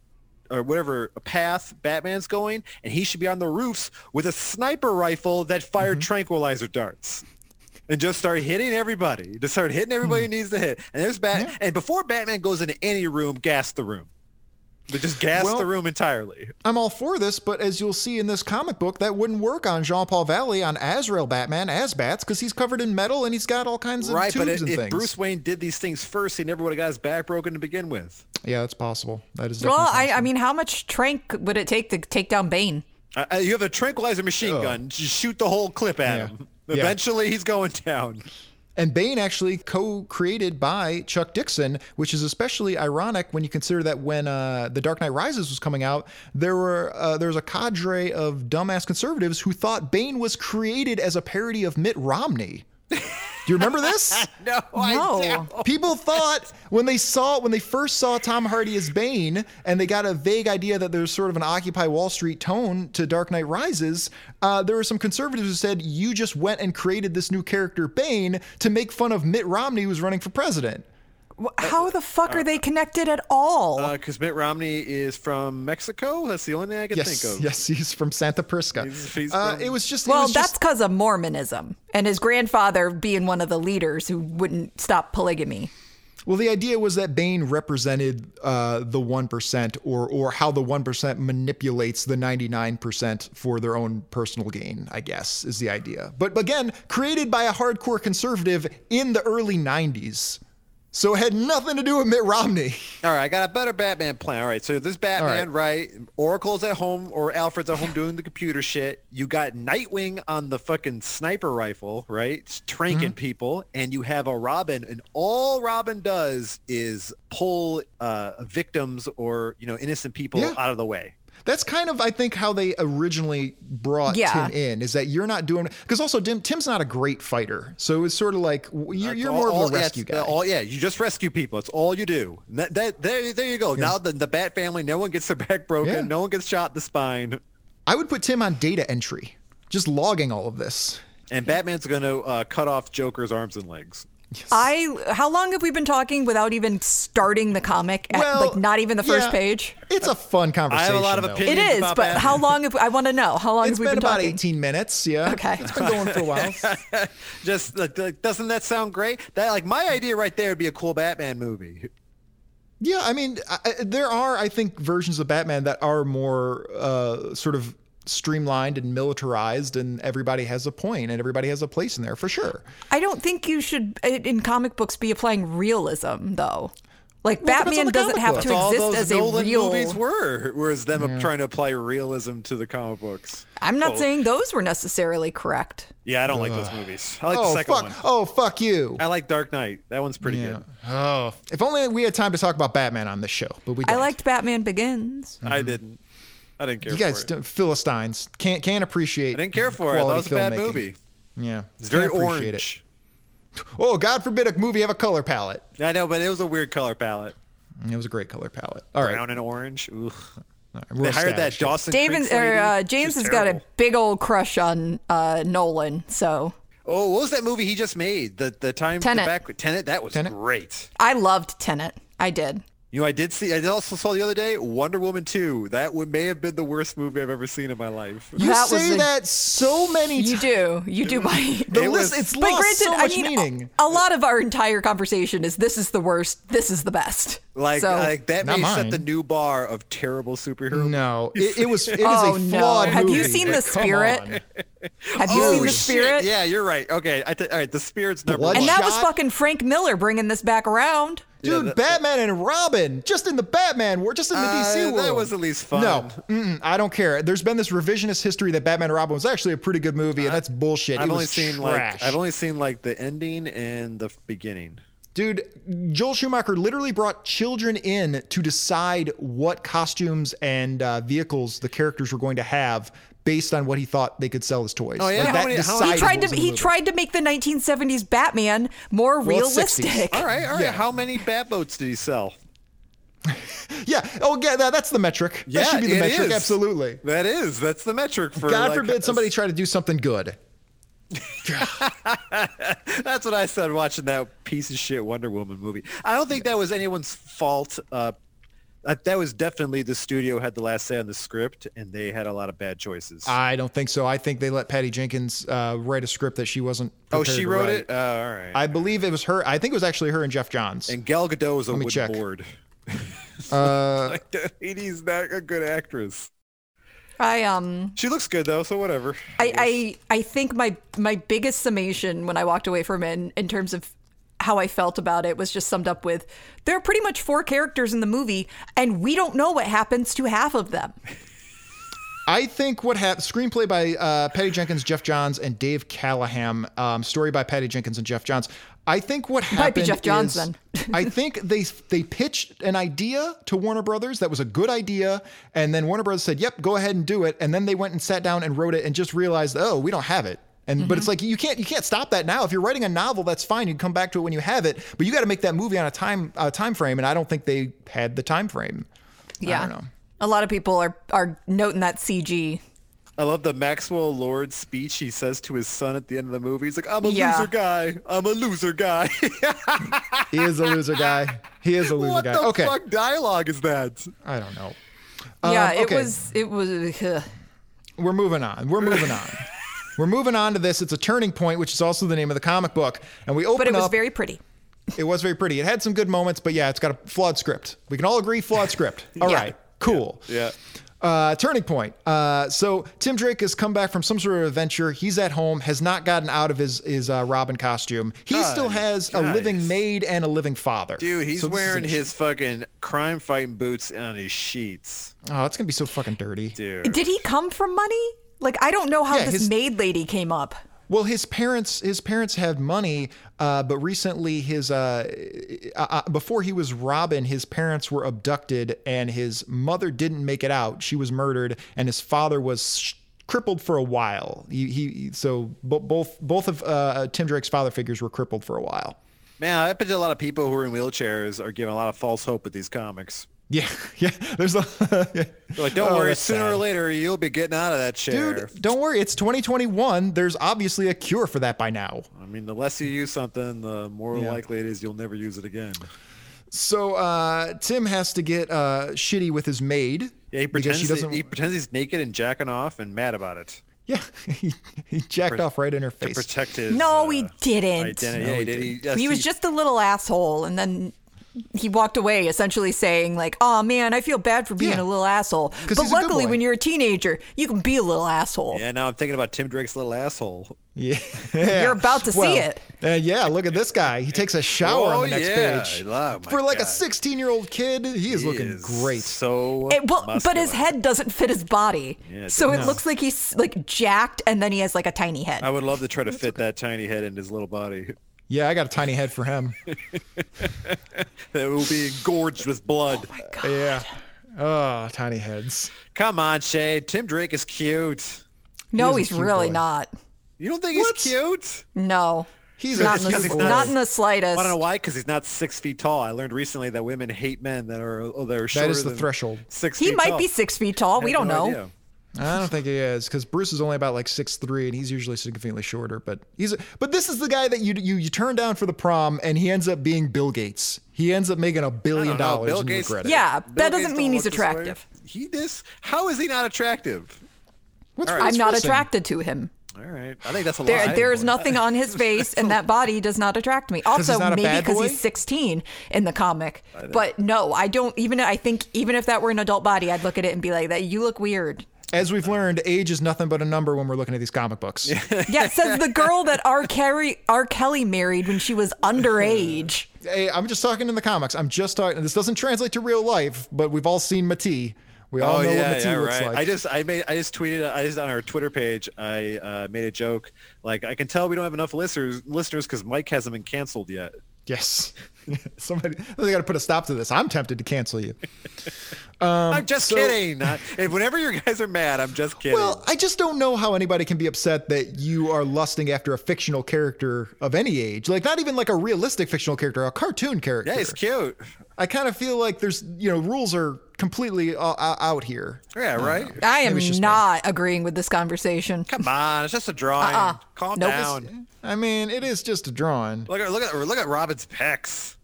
[SPEAKER 4] or whatever path Batman's going, and he should be on the roofs with a sniper rifle that fired
[SPEAKER 3] Mm-hmm.
[SPEAKER 4] tranquilizer darts. And just start hitting everybody. Just start hitting everybody
[SPEAKER 3] Hmm.
[SPEAKER 4] who needs to hit. And there's Bat. And before Batman goes into any room, gas the room. They just gas
[SPEAKER 3] Well-
[SPEAKER 4] the room entirely.
[SPEAKER 3] I'm all for this, but as you'll see in this comic book, that wouldn't work on Jean-Paul Valley on Azrael Batman as bats because he's covered in metal and he's got all kinds of
[SPEAKER 4] Right,
[SPEAKER 3] tubes
[SPEAKER 4] but if,
[SPEAKER 3] and
[SPEAKER 4] if
[SPEAKER 3] things.
[SPEAKER 4] Bruce Wayne did these things first, he never would have got his back broken to begin with.
[SPEAKER 3] yeah, that's possible. That is definitely
[SPEAKER 5] well, I,
[SPEAKER 3] possible.
[SPEAKER 5] I mean, how much trank would it take to take down Bane?
[SPEAKER 4] Uh, uh, you have a tranquilizer machine gun. Just shoot the whole clip at
[SPEAKER 3] Yeah.
[SPEAKER 4] him.
[SPEAKER 3] Yeah.
[SPEAKER 4] Eventually, he's going down.
[SPEAKER 3] And Bane actually co-created by Chuck Dixon, which is especially ironic when you consider that when uh, The Dark Knight Rises was coming out, there were uh, there was a cadre of dumbass conservatives who thought Bane was created as a parody of Mitt Romney. Do you remember this?
[SPEAKER 4] No,
[SPEAKER 5] No.
[SPEAKER 3] People thought when they saw when they first saw Tom Hardy as Bane, and they got a vague idea that there's sort of an Occupy Wall Street tone to Dark Knight Rises. Uh, there were some conservatives who said you just went and created this new character Bane to make fun of Mitt Romney who's running for president.
[SPEAKER 5] Wh- How the fuck are
[SPEAKER 3] Uh,
[SPEAKER 5] they connected at all?
[SPEAKER 4] Because Uh, Mitt Romney is from Mexico. That's the only thing I can
[SPEAKER 3] Yes,
[SPEAKER 4] think of.
[SPEAKER 3] yes, he's from Santa Prisca.
[SPEAKER 4] He's- he's
[SPEAKER 3] uh,
[SPEAKER 4] from-
[SPEAKER 3] it was just it
[SPEAKER 5] well,
[SPEAKER 3] was
[SPEAKER 5] that's
[SPEAKER 3] just,
[SPEAKER 5] because of Mormonism and his grandfather being one of the leaders who wouldn't stop polygamy.
[SPEAKER 3] well. The idea was that Bane represented uh, the one percent, or or how the one percent manipulates the ninety nine percent for their own personal gain. I guess is the idea. But again, created by a hardcore conservative in the early nineties, so it had nothing to do with Mitt Romney.
[SPEAKER 4] All right, I got a better Batman plan. All right, so this Batman, right. Oracle's at home or Alfred's at home doing the computer shit. You got Nightwing on the fucking sniper rifle, right? It's
[SPEAKER 3] Mm-hmm.
[SPEAKER 4] Tranking people, and you have a Robin, and all Robin does is pull uh, victims or you know innocent people
[SPEAKER 3] Yeah.
[SPEAKER 4] out of the way.
[SPEAKER 3] That's kind of, I think, how they originally brought
[SPEAKER 5] Yeah.
[SPEAKER 3] Tim in is that you're not doing because also Tim, Tim's not a great fighter, so it's sort of like you're, you're
[SPEAKER 4] All-
[SPEAKER 3] more
[SPEAKER 4] all-
[SPEAKER 3] of a
[SPEAKER 4] yeah,
[SPEAKER 3] rescue
[SPEAKER 4] it's-
[SPEAKER 3] guy.
[SPEAKER 4] All, yeah, you just rescue people. It's all you do. And That, that- there, there you go. Now the, the Bat family, no one gets their back broken.
[SPEAKER 3] Yeah.
[SPEAKER 4] No one gets shot in the spine.
[SPEAKER 3] I would put Tim on data entry, just logging all of this.
[SPEAKER 4] And Batman's going to uh, cut off Joker's arms and legs.
[SPEAKER 5] I how long have we been talking without even starting the comic? At,
[SPEAKER 3] Well,
[SPEAKER 5] like not even the first
[SPEAKER 3] yeah.
[SPEAKER 5] page.
[SPEAKER 3] It's a fun conversation.
[SPEAKER 4] I have a lot of
[SPEAKER 3] though.
[SPEAKER 5] It
[SPEAKER 4] opinions.
[SPEAKER 5] is,
[SPEAKER 4] about
[SPEAKER 5] but
[SPEAKER 4] Batman.
[SPEAKER 5] how long have I want to know? How long
[SPEAKER 3] It's
[SPEAKER 5] have we
[SPEAKER 3] been, about
[SPEAKER 5] talking?
[SPEAKER 3] 18 minutes. Yeah.
[SPEAKER 5] Okay.
[SPEAKER 3] It's been going for a while.
[SPEAKER 4] Just like, like, doesn't that sound great? That like my idea right there would be a cool Batman movie.
[SPEAKER 3] yeah. I mean, I, I- there are, I think, versions of Batman that are more uh, sort of streamlined and militarized, and everybody has a point and everybody has a place in there for sure.
[SPEAKER 5] I don't think you should uh, in comic books be applying realism though. Like
[SPEAKER 3] depends on
[SPEAKER 5] Batman
[SPEAKER 3] the
[SPEAKER 5] doesn't
[SPEAKER 3] comic
[SPEAKER 5] have
[SPEAKER 3] book.
[SPEAKER 5] to
[SPEAKER 4] That's all
[SPEAKER 5] exist
[SPEAKER 4] those
[SPEAKER 5] as a
[SPEAKER 4] Nolan
[SPEAKER 5] real.
[SPEAKER 4] movies were, whereas them trying to apply realism to the comic books.
[SPEAKER 5] I'm not
[SPEAKER 4] Oh.
[SPEAKER 5] saying those were necessarily correct.
[SPEAKER 4] Yeah, I don't like those movies. I like
[SPEAKER 3] oh,
[SPEAKER 4] the second
[SPEAKER 3] fuck.
[SPEAKER 4] one.
[SPEAKER 3] Oh, fuck you.
[SPEAKER 4] I like Dark Knight. That one's pretty good.
[SPEAKER 3] Oh, if only we had time to talk about Batman on this show, but we
[SPEAKER 5] I
[SPEAKER 3] don't.
[SPEAKER 5] liked Batman Begins.
[SPEAKER 4] I didn't. I didn't care.
[SPEAKER 3] Mm-hmm. You guys,
[SPEAKER 4] for it.
[SPEAKER 3] don't- Philistines, can't can't appreciate.
[SPEAKER 4] I didn't care for it. That
[SPEAKER 3] quality
[SPEAKER 4] was a bad
[SPEAKER 3] filmmaking.
[SPEAKER 4] movie.
[SPEAKER 3] Yeah,
[SPEAKER 4] It's very
[SPEAKER 3] Can't appreciate
[SPEAKER 4] orange.
[SPEAKER 3] It. Oh, God forbid a movie have a color palette.
[SPEAKER 4] I know, but it was a weird color palette.
[SPEAKER 3] It was a great color palette. All right,
[SPEAKER 4] Brown and orange.
[SPEAKER 3] All
[SPEAKER 4] Ooh.
[SPEAKER 3] right,
[SPEAKER 4] They
[SPEAKER 3] we're
[SPEAKER 4] hired that
[SPEAKER 3] established.
[SPEAKER 4] Dawson.
[SPEAKER 5] David
[SPEAKER 4] Creek
[SPEAKER 5] or
[SPEAKER 4] lady.
[SPEAKER 5] uh,
[SPEAKER 4] She's
[SPEAKER 5] James has got a
[SPEAKER 4] terrible.
[SPEAKER 5] big old crush on uh, Nolan, so
[SPEAKER 4] Oh, what was that movie he just made? The the time
[SPEAKER 5] Tenet.
[SPEAKER 4] the back Tenet. That was
[SPEAKER 3] Tenet?
[SPEAKER 4] great.
[SPEAKER 5] I loved Tenet. I did.
[SPEAKER 4] You know, I did see. I also saw the other day Wonder Woman two. That would, may have been the worst movie I've ever seen in my life.
[SPEAKER 3] You
[SPEAKER 5] That was
[SPEAKER 3] say
[SPEAKER 5] a-
[SPEAKER 3] that so many
[SPEAKER 5] You
[SPEAKER 3] times.
[SPEAKER 5] do. You do my.
[SPEAKER 3] The
[SPEAKER 4] It
[SPEAKER 3] list,
[SPEAKER 4] was-
[SPEAKER 3] it's
[SPEAKER 5] but
[SPEAKER 3] lost
[SPEAKER 5] granted,
[SPEAKER 3] so
[SPEAKER 5] I
[SPEAKER 3] much
[SPEAKER 5] mean,
[SPEAKER 3] meaning.
[SPEAKER 5] a, a lot of our entire conversation is this is the worst, this is the best.
[SPEAKER 4] Like
[SPEAKER 5] so,
[SPEAKER 4] like that
[SPEAKER 3] Not
[SPEAKER 4] may set the
[SPEAKER 3] mine.
[SPEAKER 4] new bar of terrible superhero.
[SPEAKER 3] No, it, it was. It is
[SPEAKER 5] Oh,
[SPEAKER 3] a
[SPEAKER 5] no.
[SPEAKER 3] flawed
[SPEAKER 5] Have you
[SPEAKER 3] movie.
[SPEAKER 5] seen The
[SPEAKER 3] Come
[SPEAKER 5] Spirit?
[SPEAKER 3] on.
[SPEAKER 5] have you seen
[SPEAKER 4] Oh,
[SPEAKER 5] the
[SPEAKER 4] shit.
[SPEAKER 5] spirit?
[SPEAKER 4] Yeah, you're right. Okay, I t- all right. The spirit's number
[SPEAKER 3] Blood
[SPEAKER 4] one.
[SPEAKER 5] And that was
[SPEAKER 3] Shot.
[SPEAKER 5] fucking Frank Miller bringing this back around.
[SPEAKER 3] Dude, Batman and Robin, just in the Batman world, just in the
[SPEAKER 4] Uh,
[SPEAKER 3] DC world.
[SPEAKER 4] that was at least fun.
[SPEAKER 3] No, mm-mm, I don't care. There's been this revisionist history that Batman and Robin was actually a pretty good movie, and that's bullshit.
[SPEAKER 4] Uh, I've
[SPEAKER 3] It
[SPEAKER 4] only
[SPEAKER 3] was
[SPEAKER 4] seen
[SPEAKER 3] trash.
[SPEAKER 4] like I've only seen like the ending and the beginning.
[SPEAKER 3] Dude, Joel Schumacher literally brought children in to decide what costumes and uh, vehicles the characters were going to have based on what he thought they could sell as toys.
[SPEAKER 4] Oh, yeah?
[SPEAKER 3] Like,
[SPEAKER 4] How
[SPEAKER 3] that
[SPEAKER 4] many- how-
[SPEAKER 3] decided
[SPEAKER 5] He tried
[SPEAKER 3] what was
[SPEAKER 5] to
[SPEAKER 3] in
[SPEAKER 5] he
[SPEAKER 3] the
[SPEAKER 5] tried to make the 1970s Batman more
[SPEAKER 3] it's 60s.
[SPEAKER 5] realistic.
[SPEAKER 4] All right, all right.
[SPEAKER 3] Yeah.
[SPEAKER 4] How many bat boats did he sell?
[SPEAKER 3] movie. Yeah. Oh, yeah. That, that's the metric. that should be the
[SPEAKER 4] it
[SPEAKER 3] metric.
[SPEAKER 4] is.
[SPEAKER 3] Absolutely.
[SPEAKER 4] That is. That's the metric for.
[SPEAKER 3] God
[SPEAKER 4] like,
[SPEAKER 3] forbid somebody try to do something good.
[SPEAKER 4] That's what I said watching that piece of shit Wonder Woman movie. I don't think that was anyone's fault. Uh, that that was definitely the studio had the last say on the script, and they had a lot of bad choices.
[SPEAKER 3] I don't think so. I think they let Patty Jenkins uh, write a script that she wasn't.
[SPEAKER 4] oh,
[SPEAKER 3] prepared
[SPEAKER 4] she
[SPEAKER 3] to
[SPEAKER 4] wrote
[SPEAKER 3] write.
[SPEAKER 4] it. Uh, all right.
[SPEAKER 3] I believe it was her. I think it was actually her and Jeff Johns.
[SPEAKER 4] and Gal Gadot was a
[SPEAKER 3] me
[SPEAKER 4] wooden
[SPEAKER 3] check.
[SPEAKER 4] board.
[SPEAKER 3] Uh,
[SPEAKER 4] Like, Lady's not a good actress.
[SPEAKER 5] I um
[SPEAKER 4] She looks good though, so whatever.
[SPEAKER 5] I, I I think my my biggest summation when I walked away from it in, in terms of how I felt about it was just summed up with there are pretty much four characters in the movie and we don't know what happens to half of them.
[SPEAKER 3] I think what happened, screenplay by uh, Patty Jenkins, Jeff Johns, and Dave Callahan, um, story by Patty Jenkins and Jeff Johns. I think what happened
[SPEAKER 5] might be Jeff Johns
[SPEAKER 3] is-
[SPEAKER 5] then.
[SPEAKER 3] I think they they pitched an idea to Warner Brothers that was a good idea, and then Warner Brothers said, "Yep, go ahead and do it." And then they went and sat down and wrote it, and just realized, "Oh, we don't have it." And but
[SPEAKER 5] Mm-hmm.
[SPEAKER 3] it's like you can't you can't stop that now. If you're writing a novel, that's fine. You can come back to it when you have it, but you got to make that movie on a time uh, time frame. And I don't think they had the time frame.
[SPEAKER 5] Yeah.
[SPEAKER 3] I don't know.
[SPEAKER 5] A lot of people are are noting that CG.
[SPEAKER 4] I love the Maxwell Lord speech he says to his son at the end of the movie. He's like, "I'm a
[SPEAKER 5] Yeah.
[SPEAKER 4] loser guy. I'm a loser guy."
[SPEAKER 3] He is a loser guy. He is a loser
[SPEAKER 4] what
[SPEAKER 3] guy.
[SPEAKER 4] the
[SPEAKER 3] okay.
[SPEAKER 4] fuck dialogue is that?
[SPEAKER 3] I don't know.
[SPEAKER 5] yeah,
[SPEAKER 3] Um,
[SPEAKER 5] it
[SPEAKER 3] okay.
[SPEAKER 5] was it was ugh.
[SPEAKER 3] We're moving on. We're moving on. We're moving on to this. It's a turning point, which is also the name of the comic book. And we open
[SPEAKER 5] but it was
[SPEAKER 3] up.
[SPEAKER 5] very pretty.
[SPEAKER 3] it was very pretty. It had some good moments, but yeah, it's got a flawed script. We can all agree, flawed script. All right,
[SPEAKER 5] Yeah.
[SPEAKER 3] cool.
[SPEAKER 4] Yeah.
[SPEAKER 3] Uh, turning point. Uh, so Tim Drake has come back from some sort of adventure. He's at home, has not gotten out of his his uh, Robin costume. He still has a
[SPEAKER 4] nice.
[SPEAKER 3] living maid and a living father.
[SPEAKER 4] Dude, he's
[SPEAKER 3] So this is an
[SPEAKER 4] wearing
[SPEAKER 3] issue.
[SPEAKER 4] his fucking crime fighting boots on his sheets.
[SPEAKER 3] Oh, it's gonna be so fucking dirty.
[SPEAKER 4] Dude.
[SPEAKER 5] Did he come from money? Like I don't know how
[SPEAKER 3] Yeah,
[SPEAKER 5] this
[SPEAKER 3] his-
[SPEAKER 5] maid lady came up.
[SPEAKER 3] Well, his parents his parents had money, uh, but recently his uh, uh, uh, before he was Robin, his parents were abducted and his mother didn't make it out. She was murdered, and his father was sh- crippled for a while. He, he so bo- both both of uh, Tim Drake's father figures were crippled for a while.
[SPEAKER 4] Man, I bet you a lot of people who are in wheelchairs are given a lot of false hope with these comics.
[SPEAKER 3] Yeah, yeah. There's a
[SPEAKER 4] They're like, don't
[SPEAKER 3] Oh,
[SPEAKER 4] worry,
[SPEAKER 3] that's
[SPEAKER 4] sooner or
[SPEAKER 3] sad.
[SPEAKER 4] later you'll be getting out of that chair.
[SPEAKER 3] dude. Don't worry, it's 2021. There's obviously a cure for that by now.
[SPEAKER 4] I mean, the less you use something, the more
[SPEAKER 3] Yeah.
[SPEAKER 4] likely it is you'll never use it again.
[SPEAKER 3] So uh, Tim has to get uh, shitty with his maid.
[SPEAKER 4] Yeah, he
[SPEAKER 3] because
[SPEAKER 4] pretends,
[SPEAKER 3] she
[SPEAKER 4] that-
[SPEAKER 3] doesn't.
[SPEAKER 4] he pretends he's naked and jacking off and mad about it.
[SPEAKER 3] Yeah, he, he jacked off right in her face.
[SPEAKER 4] Protect his
[SPEAKER 5] No,
[SPEAKER 4] uh,
[SPEAKER 5] he didn't.
[SPEAKER 4] identity. Yeah, he did. He- yes,
[SPEAKER 5] he was
[SPEAKER 4] he-
[SPEAKER 5] just a little asshole and then he walked away essentially saying like oh man i feel bad for being
[SPEAKER 3] Yeah.
[SPEAKER 5] a little asshole
[SPEAKER 3] 'Cause he's
[SPEAKER 5] but
[SPEAKER 3] a good
[SPEAKER 5] luckily
[SPEAKER 3] boy.
[SPEAKER 5] when you're a teenager you can be a little asshole
[SPEAKER 4] Yeah, now I'm thinking about Tim Drake's little asshole.
[SPEAKER 3] yeah,
[SPEAKER 5] You're about to see
[SPEAKER 3] Well,
[SPEAKER 5] it.
[SPEAKER 3] uh, yeah, look at this guy. He takes a shower on
[SPEAKER 4] Oh,
[SPEAKER 3] the next
[SPEAKER 4] yeah.
[SPEAKER 3] page.
[SPEAKER 4] Oh, my
[SPEAKER 3] For like a
[SPEAKER 4] God.
[SPEAKER 3] 16 year old kid, he is looking great.
[SPEAKER 4] So
[SPEAKER 5] It- well, but his
[SPEAKER 4] muscular.
[SPEAKER 5] head doesn't fit his body
[SPEAKER 4] Yeah, it
[SPEAKER 5] so it
[SPEAKER 4] doesn't. Oh,
[SPEAKER 5] looks like he's like jacked and then he has like a tiny head
[SPEAKER 4] I would love to try to fit that tiny head into his little body.
[SPEAKER 3] yeah, I got a tiny head for him.
[SPEAKER 5] Oh,
[SPEAKER 4] That will be engorged with blood.
[SPEAKER 3] yeah. Oh, tiny heads.
[SPEAKER 4] Come on, Shay. Tim Drake is cute.
[SPEAKER 5] No,
[SPEAKER 3] is a
[SPEAKER 5] he's
[SPEAKER 3] cute
[SPEAKER 5] really
[SPEAKER 3] boy.
[SPEAKER 5] not.
[SPEAKER 4] You don't think
[SPEAKER 3] What?
[SPEAKER 4] he's cute?
[SPEAKER 5] No.
[SPEAKER 3] He's a
[SPEAKER 5] not, in the,
[SPEAKER 3] cute
[SPEAKER 4] he's
[SPEAKER 3] boy.
[SPEAKER 4] not-
[SPEAKER 5] not in the slightest.
[SPEAKER 4] I don't know why, because he's not six feet tall. I learned recently that women hate men that are oh, they're shorter
[SPEAKER 3] That is the
[SPEAKER 4] than
[SPEAKER 3] threshold.
[SPEAKER 4] Six.
[SPEAKER 5] He
[SPEAKER 4] feet
[SPEAKER 5] might
[SPEAKER 4] tall.
[SPEAKER 5] be six feet tall.
[SPEAKER 4] I
[SPEAKER 5] We
[SPEAKER 4] have
[SPEAKER 5] don't
[SPEAKER 4] no
[SPEAKER 5] know.
[SPEAKER 4] idea.
[SPEAKER 3] I don't think he is because Bruce is only about like six three, and he's usually significantly shorter. But he's a, but this is the guy that you you you turn down for the prom, and he ends up being Bill Gates. He ends up making a billion
[SPEAKER 4] don't know.
[SPEAKER 3] dollars.
[SPEAKER 4] Uh-huh. Bill
[SPEAKER 3] and you
[SPEAKER 4] Gates-
[SPEAKER 3] regret it.
[SPEAKER 5] Yeah,
[SPEAKER 4] Bill
[SPEAKER 5] that
[SPEAKER 4] Gates
[SPEAKER 5] doesn't
[SPEAKER 4] don't
[SPEAKER 5] mean he's
[SPEAKER 4] look this way.
[SPEAKER 5] attractive.
[SPEAKER 4] He this. How is he not attractive?
[SPEAKER 3] What's
[SPEAKER 4] All right.
[SPEAKER 5] I'm
[SPEAKER 3] Bruce
[SPEAKER 5] not
[SPEAKER 3] missing?
[SPEAKER 5] attracted to him.
[SPEAKER 4] All right. I think that's a
[SPEAKER 5] There,
[SPEAKER 4] lie.
[SPEAKER 5] there is nothing on his face, and that body does not attract me. Also,
[SPEAKER 3] he's not a
[SPEAKER 5] maybe
[SPEAKER 3] bad
[SPEAKER 5] because
[SPEAKER 3] boy?
[SPEAKER 5] he's 16 in the comic, but no, I don't. Even I think even if that were an adult body, I'd look at it and be like, "That you look weird."
[SPEAKER 3] As we've learned, age is nothing but a number when we're looking at these comic books.
[SPEAKER 5] Yeah, says the girl that R. Kelly, R. Kelly married when she was underage.
[SPEAKER 3] hey, I'm just talking in the comics. I'm just talking. This doesn't translate to real life, but we've all seen Mati. We
[SPEAKER 4] Oh,
[SPEAKER 3] all know what Mati looks like.
[SPEAKER 4] I just I made I just tweeted I just on our Twitter page I uh, made a joke like I can tell we don't have enough listeners listeners because Mike hasn't been canceled yet.
[SPEAKER 3] yes. Somebody, they got to put a stop to this. I'm tempted to cancel you.
[SPEAKER 4] I'm just kidding. Not, and whenever you guys are mad, I'm just kidding.
[SPEAKER 3] Well, I just don't know how anybody can be upset that you are lusting after a fictional character of any age. Like not even like a realistic fictional character, a cartoon character.
[SPEAKER 4] yeah, he's cute.
[SPEAKER 3] I kind of feel like there's, you know, rules are completely uh, o- o- out here.
[SPEAKER 4] Yeah, right.
[SPEAKER 5] I am
[SPEAKER 3] Maybe it's just me.
[SPEAKER 5] not agreeing with this conversation.
[SPEAKER 4] Come on, it's just a drawing.
[SPEAKER 5] Uh-uh.
[SPEAKER 4] Calm
[SPEAKER 5] Nope.
[SPEAKER 4] down.
[SPEAKER 3] I mean, it is just a drawing.
[SPEAKER 4] Look at look at look at Robin's pecs.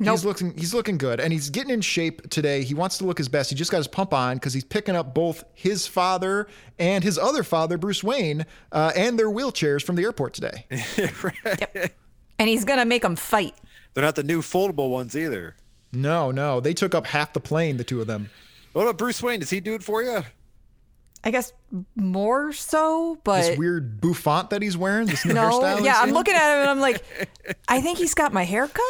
[SPEAKER 5] Nope.
[SPEAKER 3] He's looking he's looking good and he's getting in shape today. He wants to look his best. He just got his pump on because he's picking up both his father and his other father, Bruce Wayne, uh, and their wheelchairs from the airport today.
[SPEAKER 5] And he's gonna make them fight.
[SPEAKER 4] They're not the new foldable ones either.
[SPEAKER 3] no, no. They took up half the plane, the two of them.
[SPEAKER 4] What about Bruce Wayne? Does he do it for you?
[SPEAKER 5] I guess more so, but
[SPEAKER 3] this weird bouffant that he's wearing, this new hairstyle.
[SPEAKER 5] no,
[SPEAKER 3] he's
[SPEAKER 5] yeah, I'm
[SPEAKER 3] doing?
[SPEAKER 5] looking at him and I'm like, I think he's got my hair cut.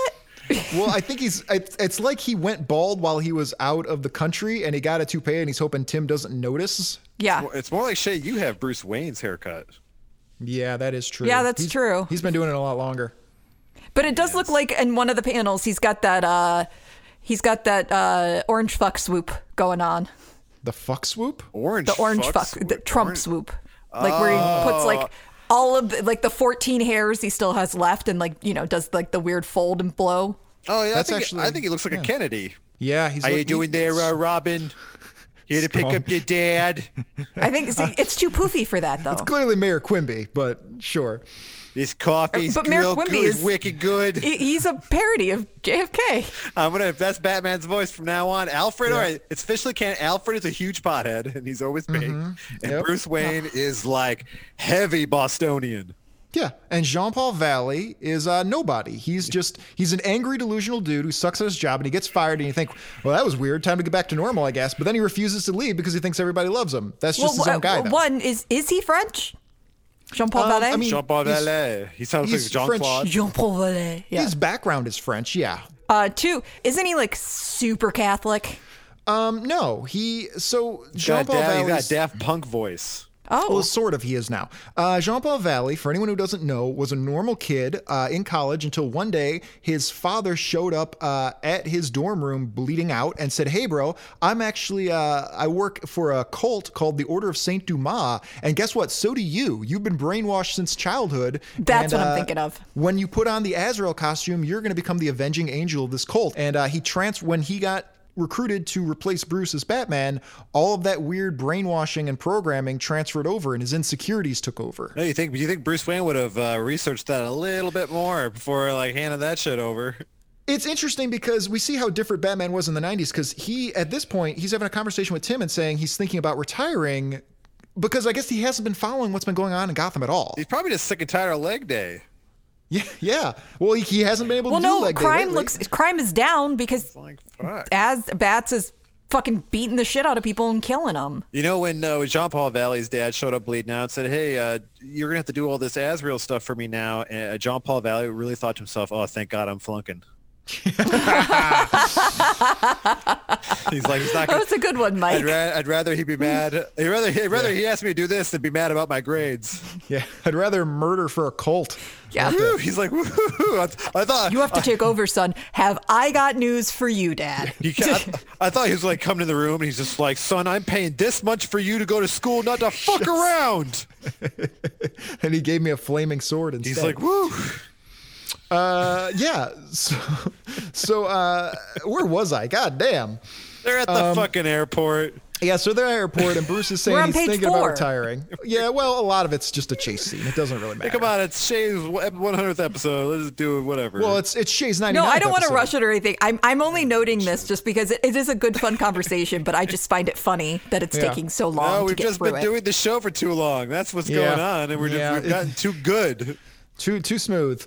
[SPEAKER 3] Well, I think he's. It's, it's like he went bald while he was out of the country, and he got a toupee, and he's hoping Tim doesn't notice.
[SPEAKER 5] Yeah,
[SPEAKER 4] It's more like Shay. You have Bruce Wayne's haircut.
[SPEAKER 3] Yeah, that is true.
[SPEAKER 5] Yeah, that's
[SPEAKER 3] He's-
[SPEAKER 5] true.
[SPEAKER 3] He's been doing it a lot longer.
[SPEAKER 5] but it does look like in one of the panels he's got that uh, he's got that uh, orange fuck swoop going on.
[SPEAKER 3] The fuck swoop.
[SPEAKER 4] Orange.
[SPEAKER 5] The orange fuck,
[SPEAKER 4] fucks-
[SPEAKER 5] the Trump
[SPEAKER 4] orange-
[SPEAKER 5] swoop, like where he puts like all of the, like the 14 hairs he still has left and like you know does like the weird fold and blow.
[SPEAKER 4] Oh yeah,
[SPEAKER 3] That's
[SPEAKER 4] I think,
[SPEAKER 3] actually-
[SPEAKER 4] I think he looks like
[SPEAKER 3] yeah.
[SPEAKER 4] a Kennedy.
[SPEAKER 3] Yeah, he's.
[SPEAKER 4] How you
[SPEAKER 3] look-
[SPEAKER 4] doing
[SPEAKER 3] he-
[SPEAKER 4] there, uh, Robin? Here to pick
[SPEAKER 3] Strong.
[SPEAKER 4] up your dad.
[SPEAKER 5] I think see, it's too poofy for that though.
[SPEAKER 3] Clearly, Mayor Quimby, but sure.
[SPEAKER 4] This coffee's
[SPEAKER 5] But Mayor
[SPEAKER 4] real
[SPEAKER 5] Quimby
[SPEAKER 4] good,
[SPEAKER 5] is-
[SPEAKER 4] wicked good.
[SPEAKER 5] He- He's a parody of JFK.
[SPEAKER 4] I'm gonna that's Batman's voice from now on. Alfred, all right, it's officially can Alfred is a huge pothead, and he's always big. And
[SPEAKER 3] Mm-hmm. Yep.
[SPEAKER 4] Bruce Wayne is like heavy Bostonian.
[SPEAKER 3] Yeah, and Jean Paul Valley is uh, nobody. He's just he's an angry, delusional dude who sucks at his job, and he gets fired. And you think, well, that was weird. Time to get back to normal, I guess. But then he refuses to leave because he thinks everybody loves him. That's just his
[SPEAKER 5] uh,
[SPEAKER 3] own guy. though.
[SPEAKER 5] one is is he French? Jean Paul
[SPEAKER 3] Um,
[SPEAKER 5] Vallet.
[SPEAKER 3] I mean-
[SPEAKER 4] Jean Paul
[SPEAKER 3] He's-
[SPEAKER 4] Vallet. He sounds
[SPEAKER 3] he's
[SPEAKER 4] like Jean
[SPEAKER 3] French.
[SPEAKER 4] Claude.
[SPEAKER 5] Jean Paul Vallet. Yeah.
[SPEAKER 3] His background is French. Yeah.
[SPEAKER 5] Uh, two. Isn't he like super Catholic?
[SPEAKER 3] Um, no, he so Jean
[SPEAKER 4] Got
[SPEAKER 3] Paul
[SPEAKER 4] da- he's got a
[SPEAKER 3] Valley.
[SPEAKER 4] Daft Punk voice.
[SPEAKER 5] Oh,
[SPEAKER 3] Well, sort of, he is now. Uh, Jean Paul Valley, for anyone who doesn't know, was a normal kid uh, in college until one day his father showed up uh, at his dorm room bleeding out and said, "Hey, bro, I'm actually uh, I work for a cult called the Order of Saint Dumas, and guess what? So do you. You've been brainwashed since childhood.
[SPEAKER 5] That's
[SPEAKER 3] and,
[SPEAKER 5] what I'm
[SPEAKER 3] uh,
[SPEAKER 5] thinking of.
[SPEAKER 3] when you put on the Azrael costume, you're going to become the avenging angel of this cult. And uh, he trans when he got recruited to replace Bruce as Batman, all of that weird brainwashing and programming transferred over, and his insecurities took over.
[SPEAKER 4] No, you think you think Bruce Wayne would have uh, researched that a little bit more before like handing that shit over?
[SPEAKER 3] It's interesting because we see how different Batman was in the '90s. Because he, at this point, he's having a conversation with Tim and saying he's thinking about retiring. Because I guess he hasn't been following what's been going on in Gotham at all.
[SPEAKER 4] He's probably just sick and tired of leg day.
[SPEAKER 3] Yeah, yeah. Well, he, he hasn't been able
[SPEAKER 5] well,
[SPEAKER 3] to do
[SPEAKER 5] no.
[SPEAKER 3] leg day
[SPEAKER 5] crime
[SPEAKER 3] lately.
[SPEAKER 5] looks crime is down because
[SPEAKER 4] Like fuck.
[SPEAKER 5] as Bats is fucking beating the shit out of people and killing them.
[SPEAKER 4] You know when uh, Jean Paul Valley's dad showed up bleeding out and said, "Hey, uh, you're gonna have to do all this Asriel stuff for me now," and uh, Jean Paul Valley really thought to himself, "Oh, thank God I'm flunking." He's like, he's not
[SPEAKER 5] That
[SPEAKER 4] gonna.
[SPEAKER 5] was a good one,
[SPEAKER 4] I'd,
[SPEAKER 5] Mike.
[SPEAKER 4] ra- I'd rather he be mad. I'd rather, I'd rather he asked me to do this than be mad about my grades.
[SPEAKER 3] Yeah, I'd rather murder for a cult.
[SPEAKER 5] Yeah.
[SPEAKER 4] Woo, he's like, woo, I, th- I thought
[SPEAKER 5] You have to take over, son. Have I got news for you, Dad?
[SPEAKER 4] You can, I, I thought he was like coming to the room and he's just like, son, I'm paying this much for you to go to school, not to fuck around.
[SPEAKER 3] And he gave me a flaming sword instead.
[SPEAKER 4] He's like, woo.
[SPEAKER 3] uh, yeah. So, so uh, where was I? God damn.
[SPEAKER 4] They're at
[SPEAKER 3] Um,
[SPEAKER 4] the fucking airport.
[SPEAKER 3] Yeah, so they're at airport, and Bruce is
[SPEAKER 5] We're
[SPEAKER 3] saying
[SPEAKER 5] on
[SPEAKER 3] he's
[SPEAKER 5] page
[SPEAKER 3] thinking about
[SPEAKER 5] four.
[SPEAKER 3] retiring. Yeah, well, a lot of it's just a chase scene. It doesn't really matter.
[SPEAKER 4] Come on, it's Shay's 100th episode. Let's just do it, whatever.
[SPEAKER 3] Well, it's it's Shay's 99th
[SPEAKER 5] No, I don't want to
[SPEAKER 3] episode.
[SPEAKER 5] rush it or anything. I'm I'm only noting this just because it, it is a good, fun conversation. but I just find it funny that it's
[SPEAKER 3] Yeah.
[SPEAKER 5] taking so long.
[SPEAKER 4] no,
[SPEAKER 5] to
[SPEAKER 4] we've
[SPEAKER 5] get
[SPEAKER 4] just
[SPEAKER 5] through
[SPEAKER 4] been
[SPEAKER 5] it.
[SPEAKER 4] doing the show for too long. That's what's
[SPEAKER 3] Yeah.
[SPEAKER 4] going on, and we're just,
[SPEAKER 3] Yeah.
[SPEAKER 4] we've gotten too good.
[SPEAKER 3] Too too smooth.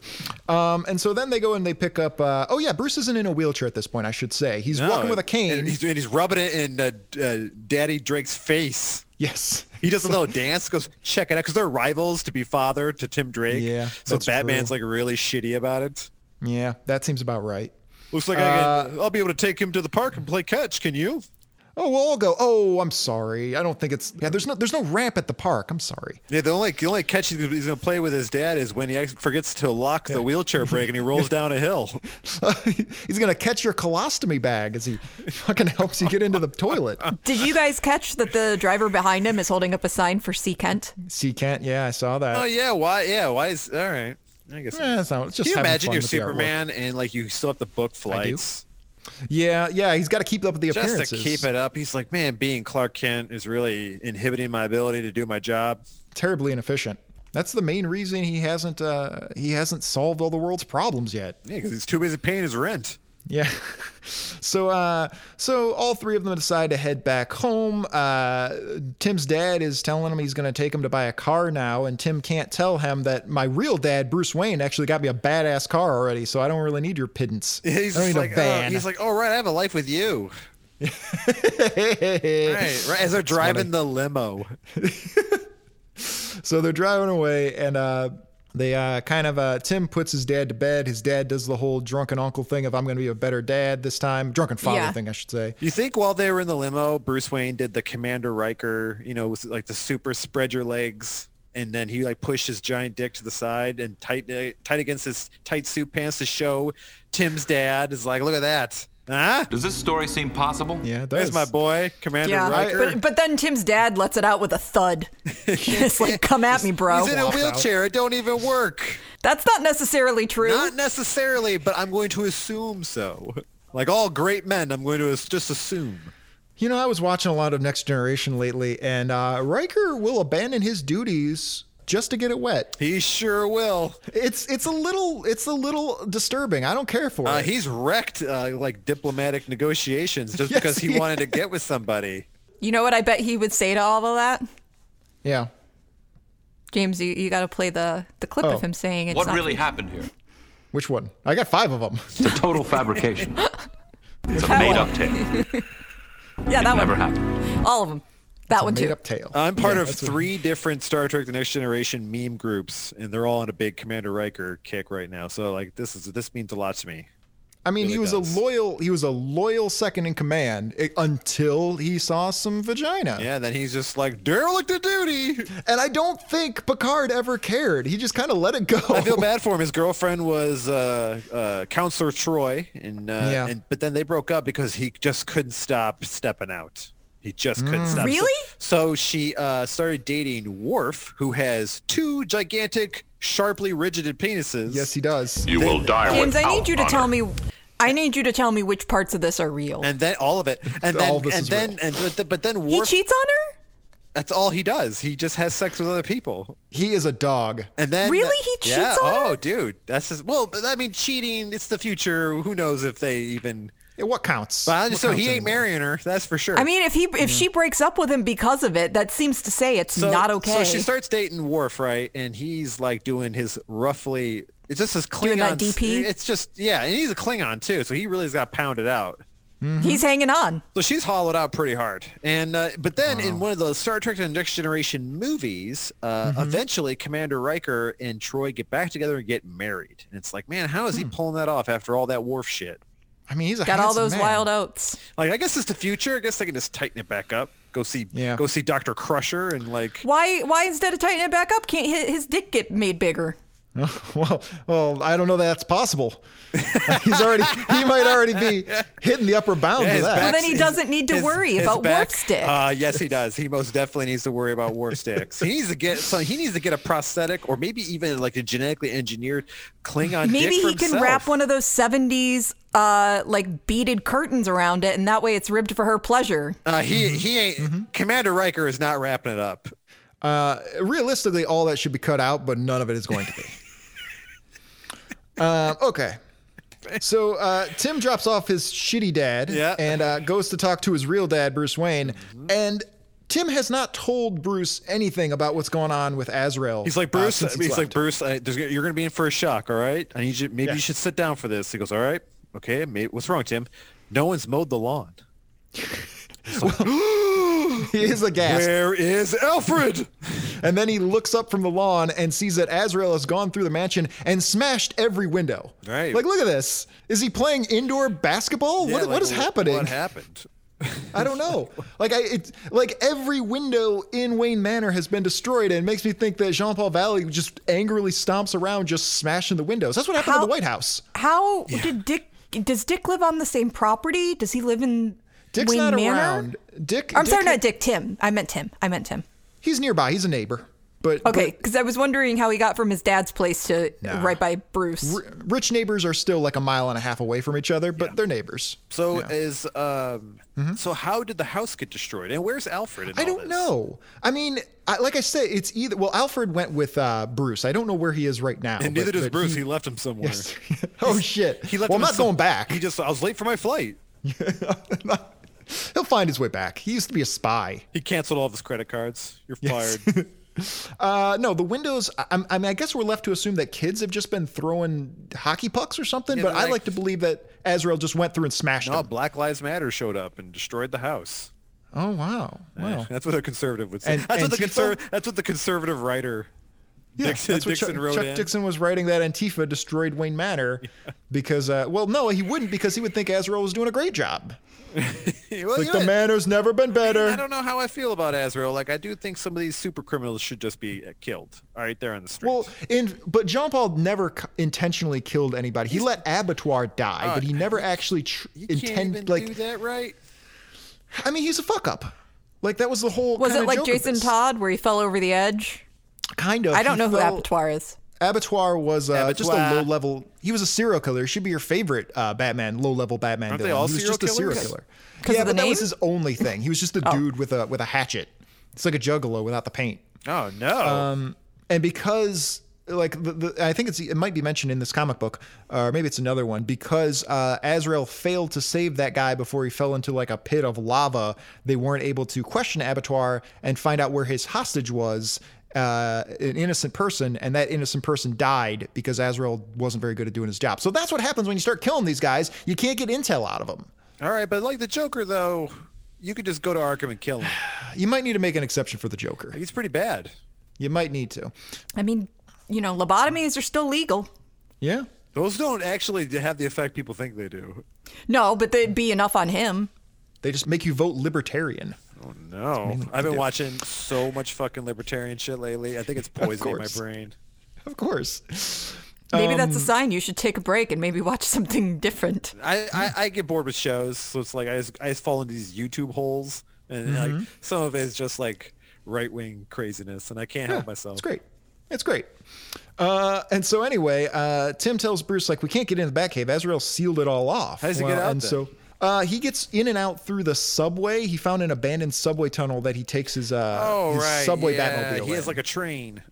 [SPEAKER 3] Um, and so then they go and they pick up. Uh, oh yeah, Bruce isn't in a wheelchair at this point. I should say he's walking
[SPEAKER 4] No,
[SPEAKER 3] with a cane.
[SPEAKER 4] And he's, and he's rubbing it in uh, uh, Daddy Drake's face.
[SPEAKER 3] yes.
[SPEAKER 4] He does a little dance, goes check it out because they're rivals to be father to Tim Drake.
[SPEAKER 3] Yeah,
[SPEAKER 4] So
[SPEAKER 3] that's
[SPEAKER 4] Batman's
[SPEAKER 3] true.
[SPEAKER 4] like really shitty about it.
[SPEAKER 3] Yeah, that seems about right.
[SPEAKER 4] Looks like I can, I'll be able to take him to the park and play catch. Can you?
[SPEAKER 3] Oh, we'll all go. Oh, I'm sorry. I don't think it's. Yeah, there's no there's no ramp at the park. I'm sorry.
[SPEAKER 4] Yeah, the only the only catch he's going to play with his dad is when he ex- forgets to lock the wheelchair brake and he rolls down a hill.
[SPEAKER 3] he's gonna catch your colostomy bag as he fucking helps you get into the toilet.
[SPEAKER 5] Did you guys catch that the driver behind him is holding up a sign for C Kent?
[SPEAKER 3] See, Kent. Yeah, I saw that.
[SPEAKER 4] Oh yeah, why? Yeah, why is all right? I guess.
[SPEAKER 3] Eh, it's not- it's just
[SPEAKER 4] Can you
[SPEAKER 3] having
[SPEAKER 4] imagine
[SPEAKER 3] fun
[SPEAKER 4] you're
[SPEAKER 3] with the artwork.
[SPEAKER 4] Superman and like you still have to book flights
[SPEAKER 3] Yeah, yeah. He's got to keep up with the
[SPEAKER 4] just to
[SPEAKER 3] appearances.
[SPEAKER 4] keep it up? He's like, man, being Clark Kent is really inhibiting my ability to do my job.
[SPEAKER 3] terribly inefficient. That's the main reason he hasn't uh, he hasn't solved all the world's problems yet.
[SPEAKER 4] Yeah, because he's too busy paying his rent.
[SPEAKER 3] Yeah. So uh, so all three of them decide to head back home. Uh, Tim's dad is telling him he's going to take him to buy a car now, and Tim can't tell him that my real dad, Bruce Wayne, actually got me a badass car already, so I don't really need your pittance.
[SPEAKER 4] He's
[SPEAKER 3] I don't
[SPEAKER 4] just
[SPEAKER 3] need
[SPEAKER 4] like,
[SPEAKER 3] a
[SPEAKER 4] oh,
[SPEAKER 3] van.
[SPEAKER 4] he's like, oh right, I have a life with you. Right, right. As they're driving the limo,
[SPEAKER 3] So they're driving away, and uh, they uh, kind of uh, Tim puts his dad to bed. His dad does the whole drunken uncle thing of "I'm going to be a better dad this time," drunken father
[SPEAKER 5] Yeah.
[SPEAKER 3] thing, I should say.
[SPEAKER 4] you think while they were in the limo, Bruce Wayne did the Commander Riker, you know, with like the super spread your legs, and then he like pushed his giant dick to the side and tight uh, tight against his tight suit pants to show Tim's dad is like, look at that, huh?
[SPEAKER 2] Does this story seem possible?
[SPEAKER 3] Yeah, it
[SPEAKER 4] There's
[SPEAKER 3] does.
[SPEAKER 4] my boy, Commander
[SPEAKER 5] Yeah,
[SPEAKER 4] Riker.
[SPEAKER 5] but but then Tim's dad lets it out with a thud. it's like, come at me, bro.
[SPEAKER 4] He's in a wheelchair. It don't even work.
[SPEAKER 5] That's not necessarily true.
[SPEAKER 4] Not necessarily, but I'm going to assume so. Like all great men, I'm going to as- just assume.
[SPEAKER 3] You know, I was watching a lot of Next Generation lately, and uh, Riker will abandon his duties just to get it wet.
[SPEAKER 4] He sure will.
[SPEAKER 3] It's it's a little it's a little disturbing. I don't care for
[SPEAKER 4] Uh,
[SPEAKER 3] it.
[SPEAKER 4] he's wrecked uh, like diplomatic negotiations just
[SPEAKER 3] Yes,
[SPEAKER 4] because he
[SPEAKER 3] he
[SPEAKER 4] wanted to get with somebody.
[SPEAKER 5] you know what I bet he would say to all of that?
[SPEAKER 3] yeah.
[SPEAKER 5] James, you, you got to play the, the clip
[SPEAKER 3] Oh.
[SPEAKER 5] of him saying it's
[SPEAKER 2] What
[SPEAKER 5] not
[SPEAKER 2] really happened here?
[SPEAKER 3] Which one? I got five of them.
[SPEAKER 2] It's a total fabrication. It's a
[SPEAKER 5] That
[SPEAKER 2] made
[SPEAKER 5] one.
[SPEAKER 2] up tale.
[SPEAKER 5] Yeah, that
[SPEAKER 2] Never
[SPEAKER 5] one.
[SPEAKER 2] happened.
[SPEAKER 5] All of them. That one
[SPEAKER 3] Made
[SPEAKER 5] too.
[SPEAKER 3] up tale.
[SPEAKER 4] I'm part
[SPEAKER 3] Yeah,
[SPEAKER 4] of
[SPEAKER 3] that's what-
[SPEAKER 4] three different Star Trek: The Next Generation meme groups, and they're all on a big Commander Riker kick right now. So like this is this means a lot to me.
[SPEAKER 3] I mean, he
[SPEAKER 4] really
[SPEAKER 3] was
[SPEAKER 4] does.
[SPEAKER 3] a loyal he was a loyal second in command eh, until he saw some vagina.
[SPEAKER 4] Yeah, then he's just like derelict of duty.
[SPEAKER 3] And I don't think Picard ever cared. He just kind of let it go.
[SPEAKER 4] I feel bad for him. His girlfriend was uh, uh, Counselor Troy, and, uh,
[SPEAKER 3] Yeah.
[SPEAKER 4] and but then they broke up because he just couldn't stop stepping out. He just couldn't
[SPEAKER 3] Mm.
[SPEAKER 4] stop.
[SPEAKER 5] Really?
[SPEAKER 4] So, so she uh, started dating Worf, who has two gigantic, sharply rigid penises.
[SPEAKER 3] Yes, he does.
[SPEAKER 1] You will die
[SPEAKER 5] James, I need you to tell me. I need you to tell me which parts of this are real.
[SPEAKER 4] And then all of it, and
[SPEAKER 3] All
[SPEAKER 4] then
[SPEAKER 3] this
[SPEAKER 4] and
[SPEAKER 3] is
[SPEAKER 4] then
[SPEAKER 3] real.
[SPEAKER 4] and but, th- but then
[SPEAKER 5] he
[SPEAKER 4] Worf.
[SPEAKER 5] cheats on her?
[SPEAKER 4] that's all he does. He just has sex with other people.
[SPEAKER 3] He is a dog.
[SPEAKER 4] And then
[SPEAKER 5] Really? He
[SPEAKER 4] yeah,
[SPEAKER 5] cheats on
[SPEAKER 4] Oh,
[SPEAKER 5] her?
[SPEAKER 4] dude, that's just, well. I mean, cheating. It's the future. Who knows if they even.
[SPEAKER 3] Yeah, What counts?
[SPEAKER 4] Well,
[SPEAKER 3] What
[SPEAKER 4] so
[SPEAKER 3] counts
[SPEAKER 4] he ain't
[SPEAKER 3] anymore?
[SPEAKER 4] marrying her. That's for sure.
[SPEAKER 5] I mean, if he if she breaks up with him because of it, that seems to say it's
[SPEAKER 4] Mm-hmm. So-
[SPEAKER 5] not
[SPEAKER 4] So
[SPEAKER 5] okay.
[SPEAKER 4] she starts dating Worf, right? And he's like doing his roughly. It's just his Klingon.
[SPEAKER 5] Doing that DP?
[SPEAKER 4] It's just yeah, and he's a Klingon too, so he really's got pounded out.
[SPEAKER 5] He's
[SPEAKER 4] Mm-hmm.
[SPEAKER 5] hanging on.
[SPEAKER 4] So she's hollowed out pretty hard, and uh, but then in one of the Star Trek: The Next Generation movies, uh,
[SPEAKER 3] Mm-hmm.
[SPEAKER 4] eventually Commander Riker and Troy get back together and get married, and it's like, man, how is he
[SPEAKER 3] Hmm.
[SPEAKER 4] pulling that off after all that wharf shit?
[SPEAKER 3] I mean, he's a
[SPEAKER 5] Got all
[SPEAKER 3] handsome
[SPEAKER 5] those
[SPEAKER 3] man.
[SPEAKER 5] wild oats.
[SPEAKER 4] Like, I guess it's the future. I guess they can just tighten it back up. Go see,
[SPEAKER 3] Yeah.
[SPEAKER 4] go see Doctor Crusher, and like,
[SPEAKER 5] Why? Why instead of tightening it back up, can't his, his dick get made bigger?
[SPEAKER 3] well, well, I don't know that that's possible. He's already he might already be hitting the upper bound
[SPEAKER 4] Yeah,
[SPEAKER 3] of
[SPEAKER 4] his
[SPEAKER 3] that.
[SPEAKER 5] Well,
[SPEAKER 4] back's-
[SPEAKER 5] then he doesn't need to worry about warp stick.
[SPEAKER 4] Uh, yes, he does. He most definitely needs to worry about warp sticks. He needs to get so he needs to get a prosthetic or maybe even like a genetically engineered Klingon.
[SPEAKER 5] Maybe
[SPEAKER 4] dick for
[SPEAKER 5] he can
[SPEAKER 4] himself.
[SPEAKER 5] wrap one of those '70s uh, like beaded curtains around it, and that way it's ribbed for her pleasure.
[SPEAKER 4] Uh,
[SPEAKER 5] Mm-hmm.
[SPEAKER 4] he he ain't
[SPEAKER 3] Mm-hmm.
[SPEAKER 4] Commander Riker is not wrapping it up.
[SPEAKER 3] Uh, realistically, all that should be cut out, but none of it is going to be. um, okay. So uh, Tim drops off his shitty dad
[SPEAKER 4] Yeah.
[SPEAKER 3] and uh, goes to talk to his real dad, Bruce Wayne. And Tim has not told Bruce anything about what's going on with Azrael.
[SPEAKER 4] He's like
[SPEAKER 3] uh,
[SPEAKER 4] Bruce.
[SPEAKER 3] since
[SPEAKER 4] he's
[SPEAKER 3] he's
[SPEAKER 4] like
[SPEAKER 3] left.
[SPEAKER 4] Bruce. I, there's, gonna- you're going to be in for a shock. All right. I need you. Maybe you should sit down for this. He goes. All right. Okay. Maybe, what's wrong, Tim? No one's mowed the lawn.
[SPEAKER 3] he is aghast.
[SPEAKER 4] Where is Alfred?
[SPEAKER 3] And then he looks up from the lawn and sees that Azrael has gone through the mansion and smashed every window.
[SPEAKER 4] Right.
[SPEAKER 3] Like, look at this. Is he playing indoor basketball?
[SPEAKER 4] Yeah,
[SPEAKER 3] what,
[SPEAKER 4] like,
[SPEAKER 3] what is happening?
[SPEAKER 4] What happened?
[SPEAKER 3] I don't know. Like I, it, like every window in Wayne Manor has been destroyed, and it makes me think that Jean Paul Valley just angrily stomps around, just smashing the windows. That's what happened to
[SPEAKER 5] How-
[SPEAKER 3] the White House.
[SPEAKER 5] How did Dick? Does Dick live on the same property? Does he live in
[SPEAKER 3] Dick's
[SPEAKER 5] Wayne
[SPEAKER 3] not
[SPEAKER 5] Manor?
[SPEAKER 3] around. Dick,
[SPEAKER 5] I'm
[SPEAKER 3] Dick-
[SPEAKER 5] sorry, not Dick. Tim. I meant Tim. I meant Tim.
[SPEAKER 3] He's nearby. He's a neighbor, but
[SPEAKER 5] Okay, because I was wondering how he got from his dad's place to
[SPEAKER 3] Nah.
[SPEAKER 5] right by Bruce.
[SPEAKER 3] but r- rich neighbors are still like a mile and a half away from each other, but they're neighbors.
[SPEAKER 4] So is um. So how did the house get destroyed? And where's Alfred? In
[SPEAKER 3] Mm-hmm. I
[SPEAKER 4] all
[SPEAKER 3] don't
[SPEAKER 4] this?
[SPEAKER 3] know. Oh, I mean, I, like I said, it's either. Well, Alfred went with uh, Bruce. I don't know where he is right now.
[SPEAKER 4] And
[SPEAKER 3] but-
[SPEAKER 4] neither does
[SPEAKER 3] but
[SPEAKER 4] Bruce.
[SPEAKER 3] he-
[SPEAKER 4] He, left him somewhere.
[SPEAKER 3] oh shit.
[SPEAKER 4] He left.
[SPEAKER 3] well,
[SPEAKER 4] him
[SPEAKER 3] I'm
[SPEAKER 4] in
[SPEAKER 3] not
[SPEAKER 4] some-
[SPEAKER 3] going back.
[SPEAKER 4] He just. I was late for my flight.
[SPEAKER 3] He'll find his way back. He used to be a spy.
[SPEAKER 4] He canceled all of his credit cards. You're fired.
[SPEAKER 3] Uh, no, the windows. I, I'm- I mean, I guess we're left to assume that kids have just been throwing hockey pucks or something.
[SPEAKER 4] Yeah,
[SPEAKER 3] but
[SPEAKER 4] they're
[SPEAKER 3] I
[SPEAKER 4] like-
[SPEAKER 3] like to believe that Azrael just went through and smashed
[SPEAKER 4] no,
[SPEAKER 3] them.
[SPEAKER 4] Oh, Black Lives Matter showed up and destroyed the house.
[SPEAKER 3] Oh wow, wow.
[SPEAKER 4] That's what a conservative would say.
[SPEAKER 3] And-
[SPEAKER 4] that's, what the
[SPEAKER 3] Antifa?
[SPEAKER 4] conserv- that's what the conservative writer Dixon,
[SPEAKER 3] that's what
[SPEAKER 4] Dixon
[SPEAKER 3] Chuck,
[SPEAKER 4] wrote
[SPEAKER 3] Chuck
[SPEAKER 4] in.
[SPEAKER 3] Dixon was writing that Antifa destroyed Wayne Manor because, uh, well, no, he wouldn't because he would think Azrael was doing a great job.
[SPEAKER 4] Well,
[SPEAKER 3] Like
[SPEAKER 4] you
[SPEAKER 3] the
[SPEAKER 4] know,
[SPEAKER 3] manor's never been
[SPEAKER 4] I
[SPEAKER 3] better.
[SPEAKER 4] don't know how I feel about Azrael. Like, I do think some of these super criminals should just be uh, killed all right there on the street.
[SPEAKER 3] Well, in, but Jean Paul never c- intentionally killed anybody. He let Abattoir die, but he never actually tr-
[SPEAKER 4] you can't even
[SPEAKER 3] intend. Like,
[SPEAKER 4] do that, right?
[SPEAKER 3] I mean, he's a fuck up. Like that was the whole.
[SPEAKER 5] was
[SPEAKER 3] kinda
[SPEAKER 5] it like
[SPEAKER 3] joke of
[SPEAKER 5] Jason
[SPEAKER 3] this.
[SPEAKER 5] Todd where he fell over the edge?
[SPEAKER 3] Kind of.
[SPEAKER 5] I don't
[SPEAKER 3] He
[SPEAKER 5] know who
[SPEAKER 3] fell-
[SPEAKER 5] Abattoir is.
[SPEAKER 3] Abattoir was uh, just a low
[SPEAKER 4] Abattoir.
[SPEAKER 3] level. He was a serial killer. He should be your favorite uh, Batman, low level Batman.
[SPEAKER 4] Aren't they
[SPEAKER 3] villain.
[SPEAKER 4] all
[SPEAKER 3] he was
[SPEAKER 4] serial
[SPEAKER 3] just a serial
[SPEAKER 4] killers?
[SPEAKER 3] killer.
[SPEAKER 5] 'Cause
[SPEAKER 3] Yeah,
[SPEAKER 5] of the
[SPEAKER 3] but that was
[SPEAKER 5] name? Oh.
[SPEAKER 3] his only thing. He was just a dude with a with a hatchet. It's like a juggalo without the paint.
[SPEAKER 4] Oh, no.
[SPEAKER 3] Um, And because like the, the, I think it's it might be mentioned in this comic book, or maybe it's another one. Because uh, Azrael failed to save that guy before he fell into like a pit of lava, they weren't able to question Abattoir and find out where his hostage was. Uh, an innocent person, and that innocent person died because Azrael wasn't very good at doing his job. So that's what happens when you start killing these guys. You can't get intel out of them.
[SPEAKER 4] all right, but like the Joker, though, you could just go to Arkham and kill him.
[SPEAKER 3] You might need to make an exception for the Joker.
[SPEAKER 4] He's pretty bad.
[SPEAKER 3] You might need to.
[SPEAKER 5] I mean, you know, lobotomies are still legal.
[SPEAKER 3] Yeah.
[SPEAKER 4] Those don't actually have the effect people think they do.
[SPEAKER 5] No, but they'd be enough on him.
[SPEAKER 3] They just make you vote libertarian.
[SPEAKER 4] No, I've been watching so much fucking libertarian shit lately. I think it's poisoning my
[SPEAKER 3] course.
[SPEAKER 4] brain.
[SPEAKER 3] Of course.
[SPEAKER 5] Maybe that's
[SPEAKER 4] Um,
[SPEAKER 5] a sign you should take a break and maybe watch something different.
[SPEAKER 4] I, I, I get bored with shows, so it's like I just, I just fall into these YouTube holes, and
[SPEAKER 3] Mm-hmm.
[SPEAKER 4] like some of it is just like right wing craziness, and I can't help myself.
[SPEAKER 3] It's great. It's great. Uh, and so anyway, uh, Tim tells Bruce like we can't get into the Batcave. Azrael sealed it all off.
[SPEAKER 4] How does he get out
[SPEAKER 3] And
[SPEAKER 4] then?
[SPEAKER 3] so uh, he gets in and out through the subway. He found an abandoned subway tunnel that he takes his, uh,
[SPEAKER 4] Oh
[SPEAKER 3] his
[SPEAKER 4] right,
[SPEAKER 3] subway
[SPEAKER 4] yeah,
[SPEAKER 3] Batmobile.
[SPEAKER 4] He has
[SPEAKER 3] in,
[SPEAKER 4] like a train.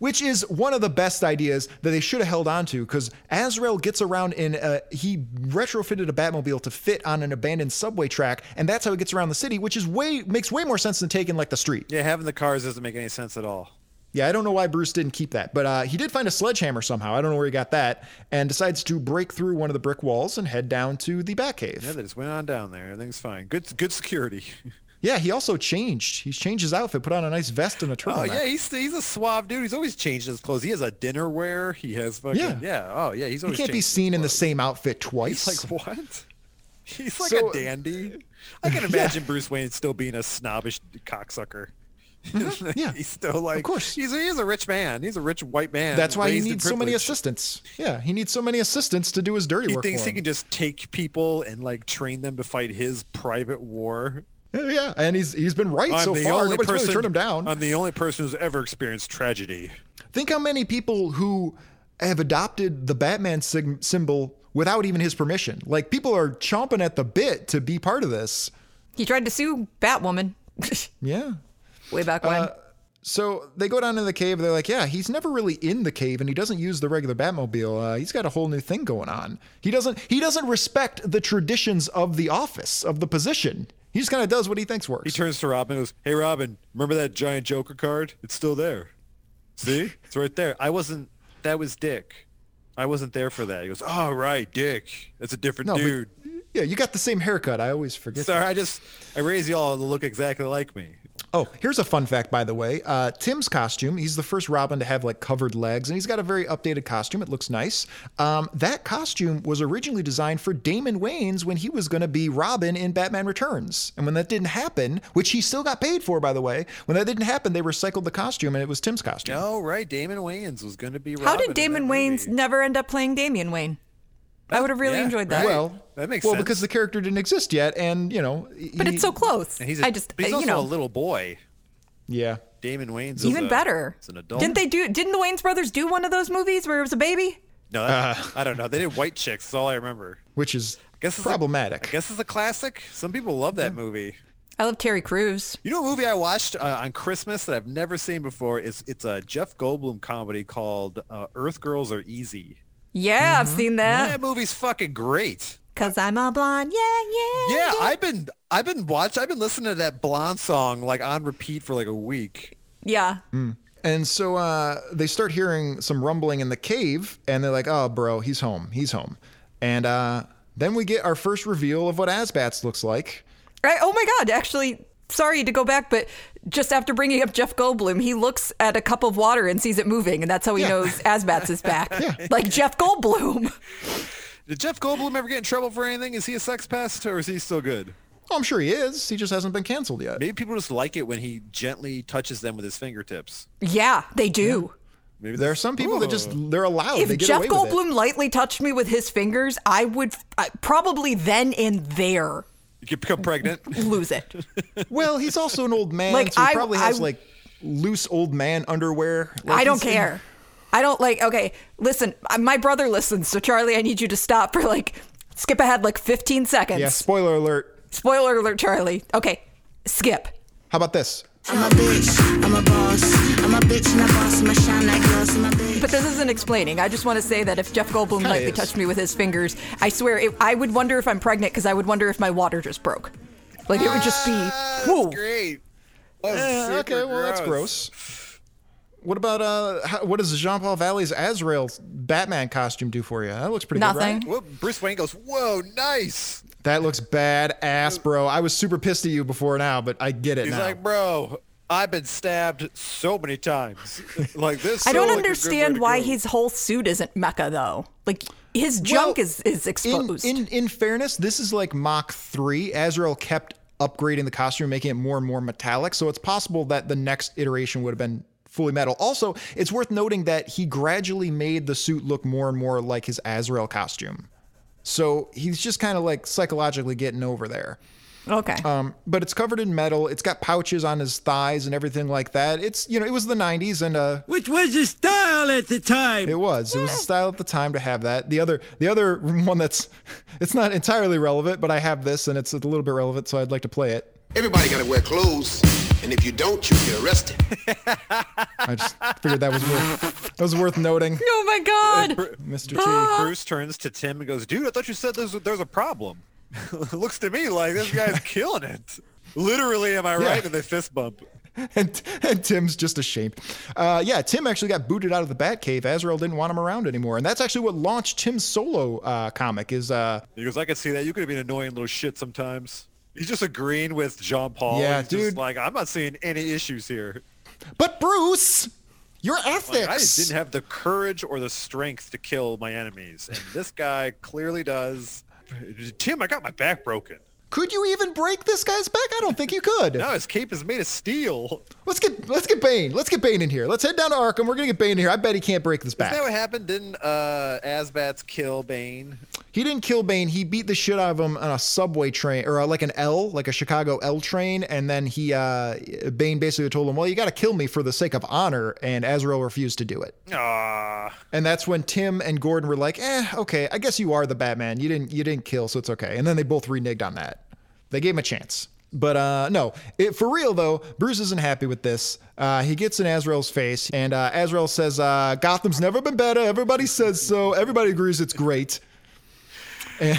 [SPEAKER 3] which is one of the best ideas that they should have held on to because Azrael gets around in uh, he retrofitted a Batmobile to fit on an abandoned subway track, and that's how he gets around the city, which is way makes way more sense than taking like the street.
[SPEAKER 4] Yeah, having the cars doesn't make any sense at all.
[SPEAKER 3] Yeah, I don't know why Bruce didn't keep that, but uh, he did find a sledgehammer somehow. I don't know where he got that, and decides to break through one of the brick walls and head down to the Batcave.
[SPEAKER 4] Yeah, they just went on down there. Everything's fine. Good, good security.
[SPEAKER 3] Yeah, he also changed. He changed his outfit, put on a nice vest and a turtleneck.
[SPEAKER 4] Oh yeah, he's he's a suave dude. He's always changed his clothes. He has a dinnerware. He has fucking
[SPEAKER 3] Yeah.
[SPEAKER 4] yeah. Oh yeah, he's
[SPEAKER 3] he
[SPEAKER 4] always.
[SPEAKER 3] can't be
[SPEAKER 4] changed his
[SPEAKER 3] seen in the
[SPEAKER 4] clothes.
[SPEAKER 3] same outfit twice.
[SPEAKER 4] He's like what? He's like
[SPEAKER 3] So-
[SPEAKER 4] a dandy. I can imagine Bruce Wayne still being a snobbish cocksucker.
[SPEAKER 3] Mm-hmm. yeah.
[SPEAKER 4] he's still like.
[SPEAKER 3] course.
[SPEAKER 4] he's he's a rich man. He's a rich white man.
[SPEAKER 3] That's why he
[SPEAKER 4] raised in
[SPEAKER 3] needs so many
[SPEAKER 4] privilege.
[SPEAKER 3] assistants. Yeah, he needs so many assistants to do his dirty
[SPEAKER 4] He
[SPEAKER 3] work.
[SPEAKER 4] thinks
[SPEAKER 3] for
[SPEAKER 4] he
[SPEAKER 3] him.
[SPEAKER 4] can just take people and like train them to fight his private war.
[SPEAKER 3] Yeah, and he's he's been right so far. Nobody's really turned him down.
[SPEAKER 4] I'm the only person who's ever experienced tragedy.
[SPEAKER 3] Think how many people who have adopted the Batman sig- symbol without even his permission. Like people are chomping at the bit to be part of this.
[SPEAKER 5] He tried to sue Batwoman
[SPEAKER 3] Yeah.
[SPEAKER 5] way back
[SPEAKER 4] Uh,
[SPEAKER 5] when.
[SPEAKER 3] So they go down in the cave. They're like, yeah, he's never really in the cave, and he doesn't use the regular Batmobile. Uh, he's got a whole new thing going on. He doesn't. He doesn't respect the traditions of the office of the position. He just kind of does what he thinks works.
[SPEAKER 4] He turns to Robin and goes, "Hey, Robin, remember that giant Joker card? It's still there. See, it's right there. I wasn't. That was Dick. I wasn't there for that." He goes, "Oh right, Dick. That's a different
[SPEAKER 3] No, but-
[SPEAKER 4] dude.
[SPEAKER 3] yeah, you got the same haircut. I always forget.
[SPEAKER 4] Sorry, I just I raised y'all to look exactly like me."
[SPEAKER 3] Oh, here's a fun fact, by the way. Uh, Tim's costume, he's the first Robin to have like covered legs, and he's got a very updated costume. It looks nice. Um, that costume was originally designed for Damon Wayans when he was going to be Robin in Batman Returns. And when that didn't happen, which he still got paid for, by the way, when that didn't happen, they recycled the costume and it was Tim's costume.
[SPEAKER 4] Oh right, Damon Wayans was going to be.
[SPEAKER 5] How
[SPEAKER 4] Robin in
[SPEAKER 5] did Damon
[SPEAKER 4] that
[SPEAKER 5] Wayne's
[SPEAKER 4] movie.
[SPEAKER 5] never end up playing Damian Wayne? I would have really
[SPEAKER 4] yeah,
[SPEAKER 5] enjoyed that.
[SPEAKER 4] right.
[SPEAKER 3] Well,
[SPEAKER 4] That makes
[SPEAKER 3] well
[SPEAKER 4] sense.
[SPEAKER 3] because the character didn't exist yet, and you know.
[SPEAKER 5] but it's so close.
[SPEAKER 4] And he's a,
[SPEAKER 5] I just,
[SPEAKER 4] but he's
[SPEAKER 5] uh,
[SPEAKER 4] also
[SPEAKER 5] you
[SPEAKER 4] a
[SPEAKER 5] know,
[SPEAKER 4] little boy.
[SPEAKER 3] Yeah.
[SPEAKER 4] Damon Wayans is
[SPEAKER 5] even
[SPEAKER 4] a-
[SPEAKER 5] better.
[SPEAKER 4] Is an adult.
[SPEAKER 5] Didn't they do? Didn't the Wayne's brothers do one of those movies where it was a baby?
[SPEAKER 4] No, that- I don't know. They did White Chicks. That's all I remember.
[SPEAKER 3] Which is
[SPEAKER 4] Guess it's a-
[SPEAKER 3] problematic.
[SPEAKER 4] I guess it's a classic. Some people love that movie.
[SPEAKER 5] I love Terry Crews.
[SPEAKER 4] You know, a movie I watched uh, on Christmas that I've never seen before is it's a Jeff Goldblum comedy called uh, Earth Girls Are Easy.
[SPEAKER 5] Yeah,
[SPEAKER 4] Mm-hmm.
[SPEAKER 5] I've seen that.
[SPEAKER 4] That movie's fucking great.
[SPEAKER 5] Cause I'm a blonde. Yeah, yeah.
[SPEAKER 4] Yeah, I've been I've been watching I've been listening to that Blonde song like on repeat for like a week.
[SPEAKER 5] Yeah.
[SPEAKER 3] And so uh, they start hearing some rumbling in the cave, and they're like, "Oh, bro, he's home. He's home." And uh, then we get our first reveal of what Asbats looks like.
[SPEAKER 5] Right. Oh my God. Actually, sorry to go back, but just after bringing up Jeff Goldblum, he looks at a cup of water and sees it moving, and that's how he
[SPEAKER 3] Yeah.
[SPEAKER 5] knows Asbats is back. Like Jeff Goldblum.
[SPEAKER 4] Did Jeff Goldblum ever get in trouble for anything? Is he a sex pest or is he still good?
[SPEAKER 3] Oh, I'm sure he is. He just hasn't been canceled yet.
[SPEAKER 4] Maybe people just like it when he gently touches them with his fingertips.
[SPEAKER 5] yeah, they do.
[SPEAKER 4] Maybe
[SPEAKER 3] There are some people that just they're allowed. Oh, they
[SPEAKER 5] If
[SPEAKER 3] get
[SPEAKER 5] Jeff
[SPEAKER 3] away with it.
[SPEAKER 5] Goldblum lightly touched me with his fingers, I would I, probably then and there
[SPEAKER 4] you could become pregnant.
[SPEAKER 5] lose it.
[SPEAKER 3] Well, he's also an old man,
[SPEAKER 5] Like,
[SPEAKER 3] so he
[SPEAKER 5] I-
[SPEAKER 3] probably has
[SPEAKER 5] I-
[SPEAKER 3] like loose old man underwear. Like,
[SPEAKER 5] I don't
[SPEAKER 3] he's-
[SPEAKER 5] care. I don't like. Okay, listen. uh, My brother listens, so Charlie, I need you to stop for like skip ahead like 15 seconds.
[SPEAKER 3] Yeah. Spoiler alert.
[SPEAKER 5] Spoiler alert, Charlie. Okay, skip.
[SPEAKER 3] How about this?
[SPEAKER 6] I'm a bitch, I'm a boss. I'm a bitch and a boss, I'm a shine like gloss, I'm a bitch.
[SPEAKER 5] But this isn't explaining. I just want to say that if Jeff Goldblum
[SPEAKER 3] Kinda
[SPEAKER 5] lightly
[SPEAKER 3] is.
[SPEAKER 5] touched me with his fingers, I swear it, I would wonder if I'm pregnant because I would wonder if my water just broke. Like it would just be whoa.
[SPEAKER 4] Ah, great.
[SPEAKER 3] Yeah, Uh, Eh, okay, well that's gross. What about uh? How, what does Jean Paul Valley's Azrael Batman costume do for you? That looks pretty good, right?
[SPEAKER 5] Nothing.
[SPEAKER 4] Well, Bruce Wayne goes, "Whoa, nice."
[SPEAKER 3] That looks badass, bro. I was super pissed at you before now, but I get it
[SPEAKER 4] He's
[SPEAKER 3] now.
[SPEAKER 4] like, "Bro, I've been stabbed so many times. like this."
[SPEAKER 5] I
[SPEAKER 4] sounds like
[SPEAKER 5] don't
[SPEAKER 4] a good way
[SPEAKER 5] understand
[SPEAKER 4] to
[SPEAKER 5] why
[SPEAKER 4] go."
[SPEAKER 5] his whole suit isn't mecha though. Like his junk is is
[SPEAKER 3] in,
[SPEAKER 5] exposed.
[SPEAKER 3] in in fairness, this is like Mach three. Azrael kept upgrading the costume, making it more and more metallic. So it's possible that the next iteration would have been fully metal. Also, it's worth noting that he gradually made the suit look more and more like his Azrael costume. So he's just kind of like psychologically getting over there.
[SPEAKER 5] okay.
[SPEAKER 3] Um, but it's covered in metal. It's got pouches on his thighs and everything like that. It's you know it was the '90s and uh,
[SPEAKER 7] which was the style at the time.
[SPEAKER 3] It was. It was a style at the time to have that. The other, the other one that's, it's not entirely relevant, but I have this and it's a little bit relevant, so I'd like to play it.
[SPEAKER 8] Everybody gotta wear clothes, and if you don't, you get arrested.
[SPEAKER 3] I just figured that was worth, that was worth noting,
[SPEAKER 5] oh my god.
[SPEAKER 3] Mr.
[SPEAKER 5] Ah.
[SPEAKER 3] T.
[SPEAKER 4] Bruce turns to Tim and goes, "Dude, I thought you said there's there's a problem." Looks to me like this guy's killing it. Literally, am I right?
[SPEAKER 3] Yeah.
[SPEAKER 4] And they fist bump.
[SPEAKER 3] and, and Tim's just ashamed. Uh, yeah, Tim actually got booted out of the Batcave. Azrael didn't want him around anymore, and that's actually what launched Tim's solo uh, comic. Is uh,
[SPEAKER 4] He goes, I can see that. You could have been annoying little shit sometimes. He's just agreeing with Jean Paul.
[SPEAKER 3] Yeah,
[SPEAKER 4] He's just
[SPEAKER 3] dude.
[SPEAKER 4] like, I'm not seeing any issues here.
[SPEAKER 3] but Bruce, your
[SPEAKER 4] Like, Oh, I
[SPEAKER 3] ethics.
[SPEAKER 4] just didn't have the courage or the strength to kill my enemies. And this guy clearly does. Tim, I got my back broken.
[SPEAKER 3] could you even break this guy's back? I don't think you could.
[SPEAKER 4] Now his cape is made of steel.
[SPEAKER 3] Let's get let's get Bane. Let's get Bane in here. Let's head down to Arkham. We're gonna get Bane in here. I bet he can't break this
[SPEAKER 4] Isn't that
[SPEAKER 3] back.
[SPEAKER 4] what happened? Didn't uh, Asbats kill Bane?
[SPEAKER 3] He didn't kill Bane. He beat the shit out of him on a subway train or uh, like an L, like a Chicago L train. And then he uh, Bane basically told him, "Well, you got to kill me for the sake of honor." And Azrael refused to do it.
[SPEAKER 4] Ah,
[SPEAKER 3] And that's when Tim and Gordon were like, "Eh, okay, I guess you are the Batman. You didn't you didn't kill, so it's okay." And then they both reneged on that. They gave him a chance. But uh, no, it, for real though, Bruce isn't happy with this. Uh, he gets in Azrael's face, and uh, Azrael says, uh, "Gotham's never been better. Everybody says so. Everybody agrees it's great." Eh,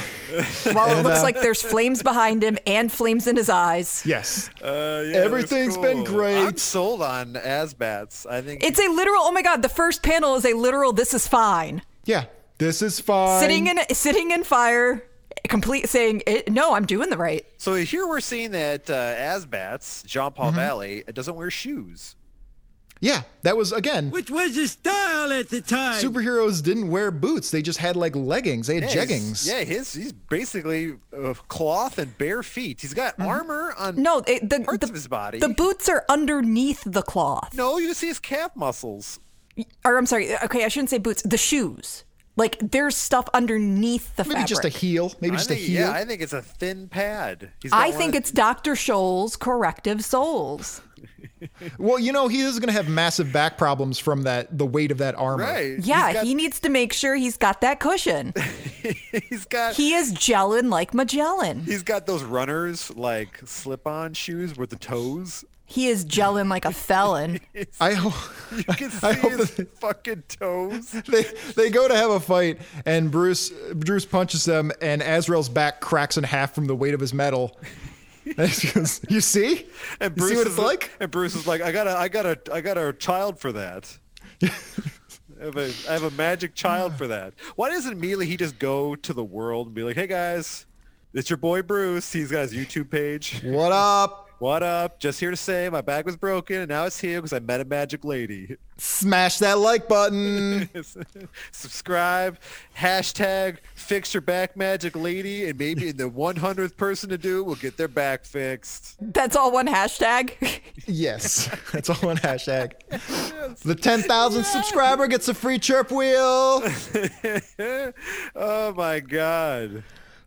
[SPEAKER 5] While it
[SPEAKER 4] uh,
[SPEAKER 5] looks like there's flames behind him and flames in his eyes.
[SPEAKER 3] Yes,
[SPEAKER 4] uh, yeah,
[SPEAKER 3] Everything's
[SPEAKER 4] that's
[SPEAKER 3] been great.
[SPEAKER 4] I'm sold on Asbats. I think
[SPEAKER 5] It's a literal. Oh my god! The first panel is a literal. This is fine.
[SPEAKER 3] yeah, this is fine.
[SPEAKER 5] Sitting in sitting in fire, complete saying it, no. I'm doing the right.
[SPEAKER 4] so. Here we're seeing that uh, Asbats, Jean Paul
[SPEAKER 3] Mm-hmm.
[SPEAKER 4] Valley, doesn't wear shoes.
[SPEAKER 3] yeah, that was again.
[SPEAKER 7] Which was the style at the time.
[SPEAKER 3] Superheroes didn't wear boots. They just had like leggings. They had
[SPEAKER 4] Yeah,
[SPEAKER 3] jeggings.
[SPEAKER 4] He's, yeah, his he's basically uh, cloth and bare feet. He's got armor on.
[SPEAKER 5] Mm-hmm. No, it, the
[SPEAKER 4] parts
[SPEAKER 5] the,
[SPEAKER 4] of his body.
[SPEAKER 5] the boots are underneath the cloth.
[SPEAKER 4] no, you can see his calf muscles.
[SPEAKER 5] Or I'm sorry. Okay, I shouldn't say boots. The shoes. Like there's stuff underneath the
[SPEAKER 3] Maybe
[SPEAKER 5] fabric.
[SPEAKER 3] just a heel. Maybe
[SPEAKER 4] I
[SPEAKER 3] just
[SPEAKER 4] think,
[SPEAKER 3] a heel.
[SPEAKER 4] Yeah, I think it's a thin pad. He's got
[SPEAKER 5] I
[SPEAKER 4] one
[SPEAKER 5] think
[SPEAKER 4] of-
[SPEAKER 5] it's Dr. Scholl's corrective soles.
[SPEAKER 3] Well, you know, he is going to have massive back problems from that the weight of that armor.
[SPEAKER 4] right.
[SPEAKER 5] Yeah,
[SPEAKER 4] he's got,
[SPEAKER 5] he needs to make sure he's got that cushion.
[SPEAKER 4] he's got
[SPEAKER 5] He is gelling like Magellan.
[SPEAKER 4] he's got those runners like slip-on shoes with the toes.
[SPEAKER 5] He is gelling like a felon.
[SPEAKER 3] I hope
[SPEAKER 4] You can see
[SPEAKER 3] I hope
[SPEAKER 4] his
[SPEAKER 3] that-
[SPEAKER 4] fucking toes.
[SPEAKER 3] they they go to have a fight and Bruce Bruce punches them and Azrael's back cracks in half from the weight of his metal. And he goes, you see?
[SPEAKER 4] And
[SPEAKER 3] you
[SPEAKER 4] Bruce
[SPEAKER 3] see what
[SPEAKER 4] is
[SPEAKER 3] it's like?
[SPEAKER 4] And Bruce is like, I got a, I got a, I got a child for that. I have, a, I have a magic child for that. Why doesn't immediately he just go to the world and be like, hey guys, it's your boy Bruce. He's got his YouTube page.
[SPEAKER 3] What up?
[SPEAKER 4] What up? Just here to say my back was broken and now it's healed because I met a magic lady.
[SPEAKER 3] Smash that like button.
[SPEAKER 4] Subscribe, hashtag fix your back magic lady, and maybe the 100th person to do it will get their back fixed.
[SPEAKER 5] That's all one hashtag.
[SPEAKER 3] yes. That's all one hashtag. The 10,000 subscriber gets a free chirp wheel.
[SPEAKER 4] Oh my god.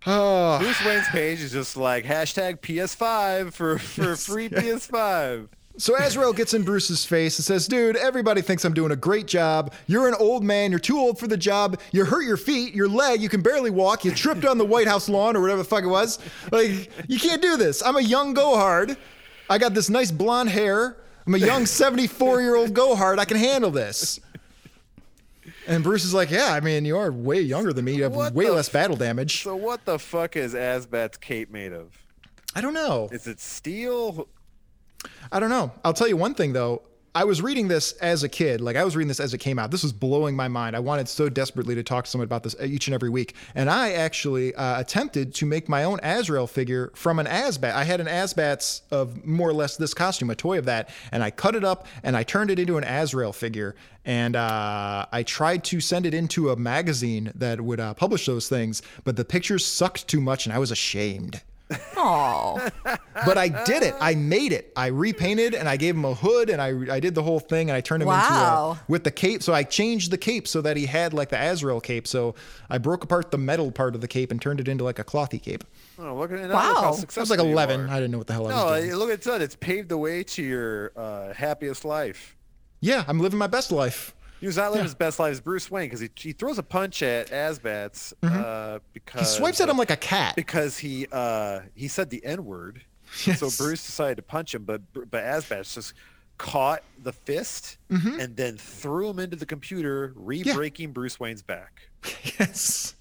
[SPEAKER 3] Oh,
[SPEAKER 4] Bruce Wayne's page is just like hashtag PS5 for, for free PS5.
[SPEAKER 3] So Azrael gets in Bruce's face and says, Dude, everybody thinks I'm doing a great job. You're an old man. You're too old for the job. You hurt your feet, your leg. You can barely walk. You tripped on the White House lawn or whatever the fuck it was. Like, you can't do this. I'm a young Gohard. I got this nice blonde hair. I'm a young 74 year old Gohard. I can handle this. And Bruce is like, Yeah, I mean, you are way younger than me. You have
[SPEAKER 4] What
[SPEAKER 3] way
[SPEAKER 4] the
[SPEAKER 3] less battle damage.
[SPEAKER 4] So what the fuck is Asbat's cape made of?
[SPEAKER 3] I don't know.
[SPEAKER 4] Is it steel?
[SPEAKER 3] I don't know. I'll tell you one thing though. I was reading this as a kid. Like I was reading this as it came out. This was blowing my mind. I wanted so desperately to talk to someone about this e-, each and every week. And I actually uh, attempted to make my own Azrael figure from an Asbat. I had an Asbats of more or less this costume, a toy of that, and I cut it up and I turned it into an Azrael figure. And uh, I tried to send it into a magazine that would uh, publish those things, but the pictures sucked too much, and I was ashamed
[SPEAKER 5] Oh,
[SPEAKER 3] but I did it. I made it. I repainted and I gave him a hood and I I did the whole thing and I turned him
[SPEAKER 5] Wow.
[SPEAKER 3] into a, with the cape. So I changed the cape so that he had like the Azrael cape. So I broke apart the metal part of the cape and turned it into like a clothy cape.
[SPEAKER 4] Oh, look at
[SPEAKER 5] Wow. I
[SPEAKER 4] Wow.
[SPEAKER 5] was like
[SPEAKER 3] I was like 11. I didn't know what the hell I
[SPEAKER 4] No,
[SPEAKER 3] was doing.
[SPEAKER 4] I- look at that. It's paved the way to your uh, happiest life.
[SPEAKER 3] yeah, I'm living my best life.
[SPEAKER 4] He was not living his best life as Bruce Wayne because he, he throws a punch at Asbats uh,
[SPEAKER 3] Mm-hmm.
[SPEAKER 4] because
[SPEAKER 3] He swipes at him like a cat.
[SPEAKER 4] because he uh, he said the N word. So Bruce decided to punch him, but but Asbats just caught the fist
[SPEAKER 3] Mm-hmm.
[SPEAKER 4] and then threw him into the computer, re-breaking Bruce Wayne's back.
[SPEAKER 3] Yes.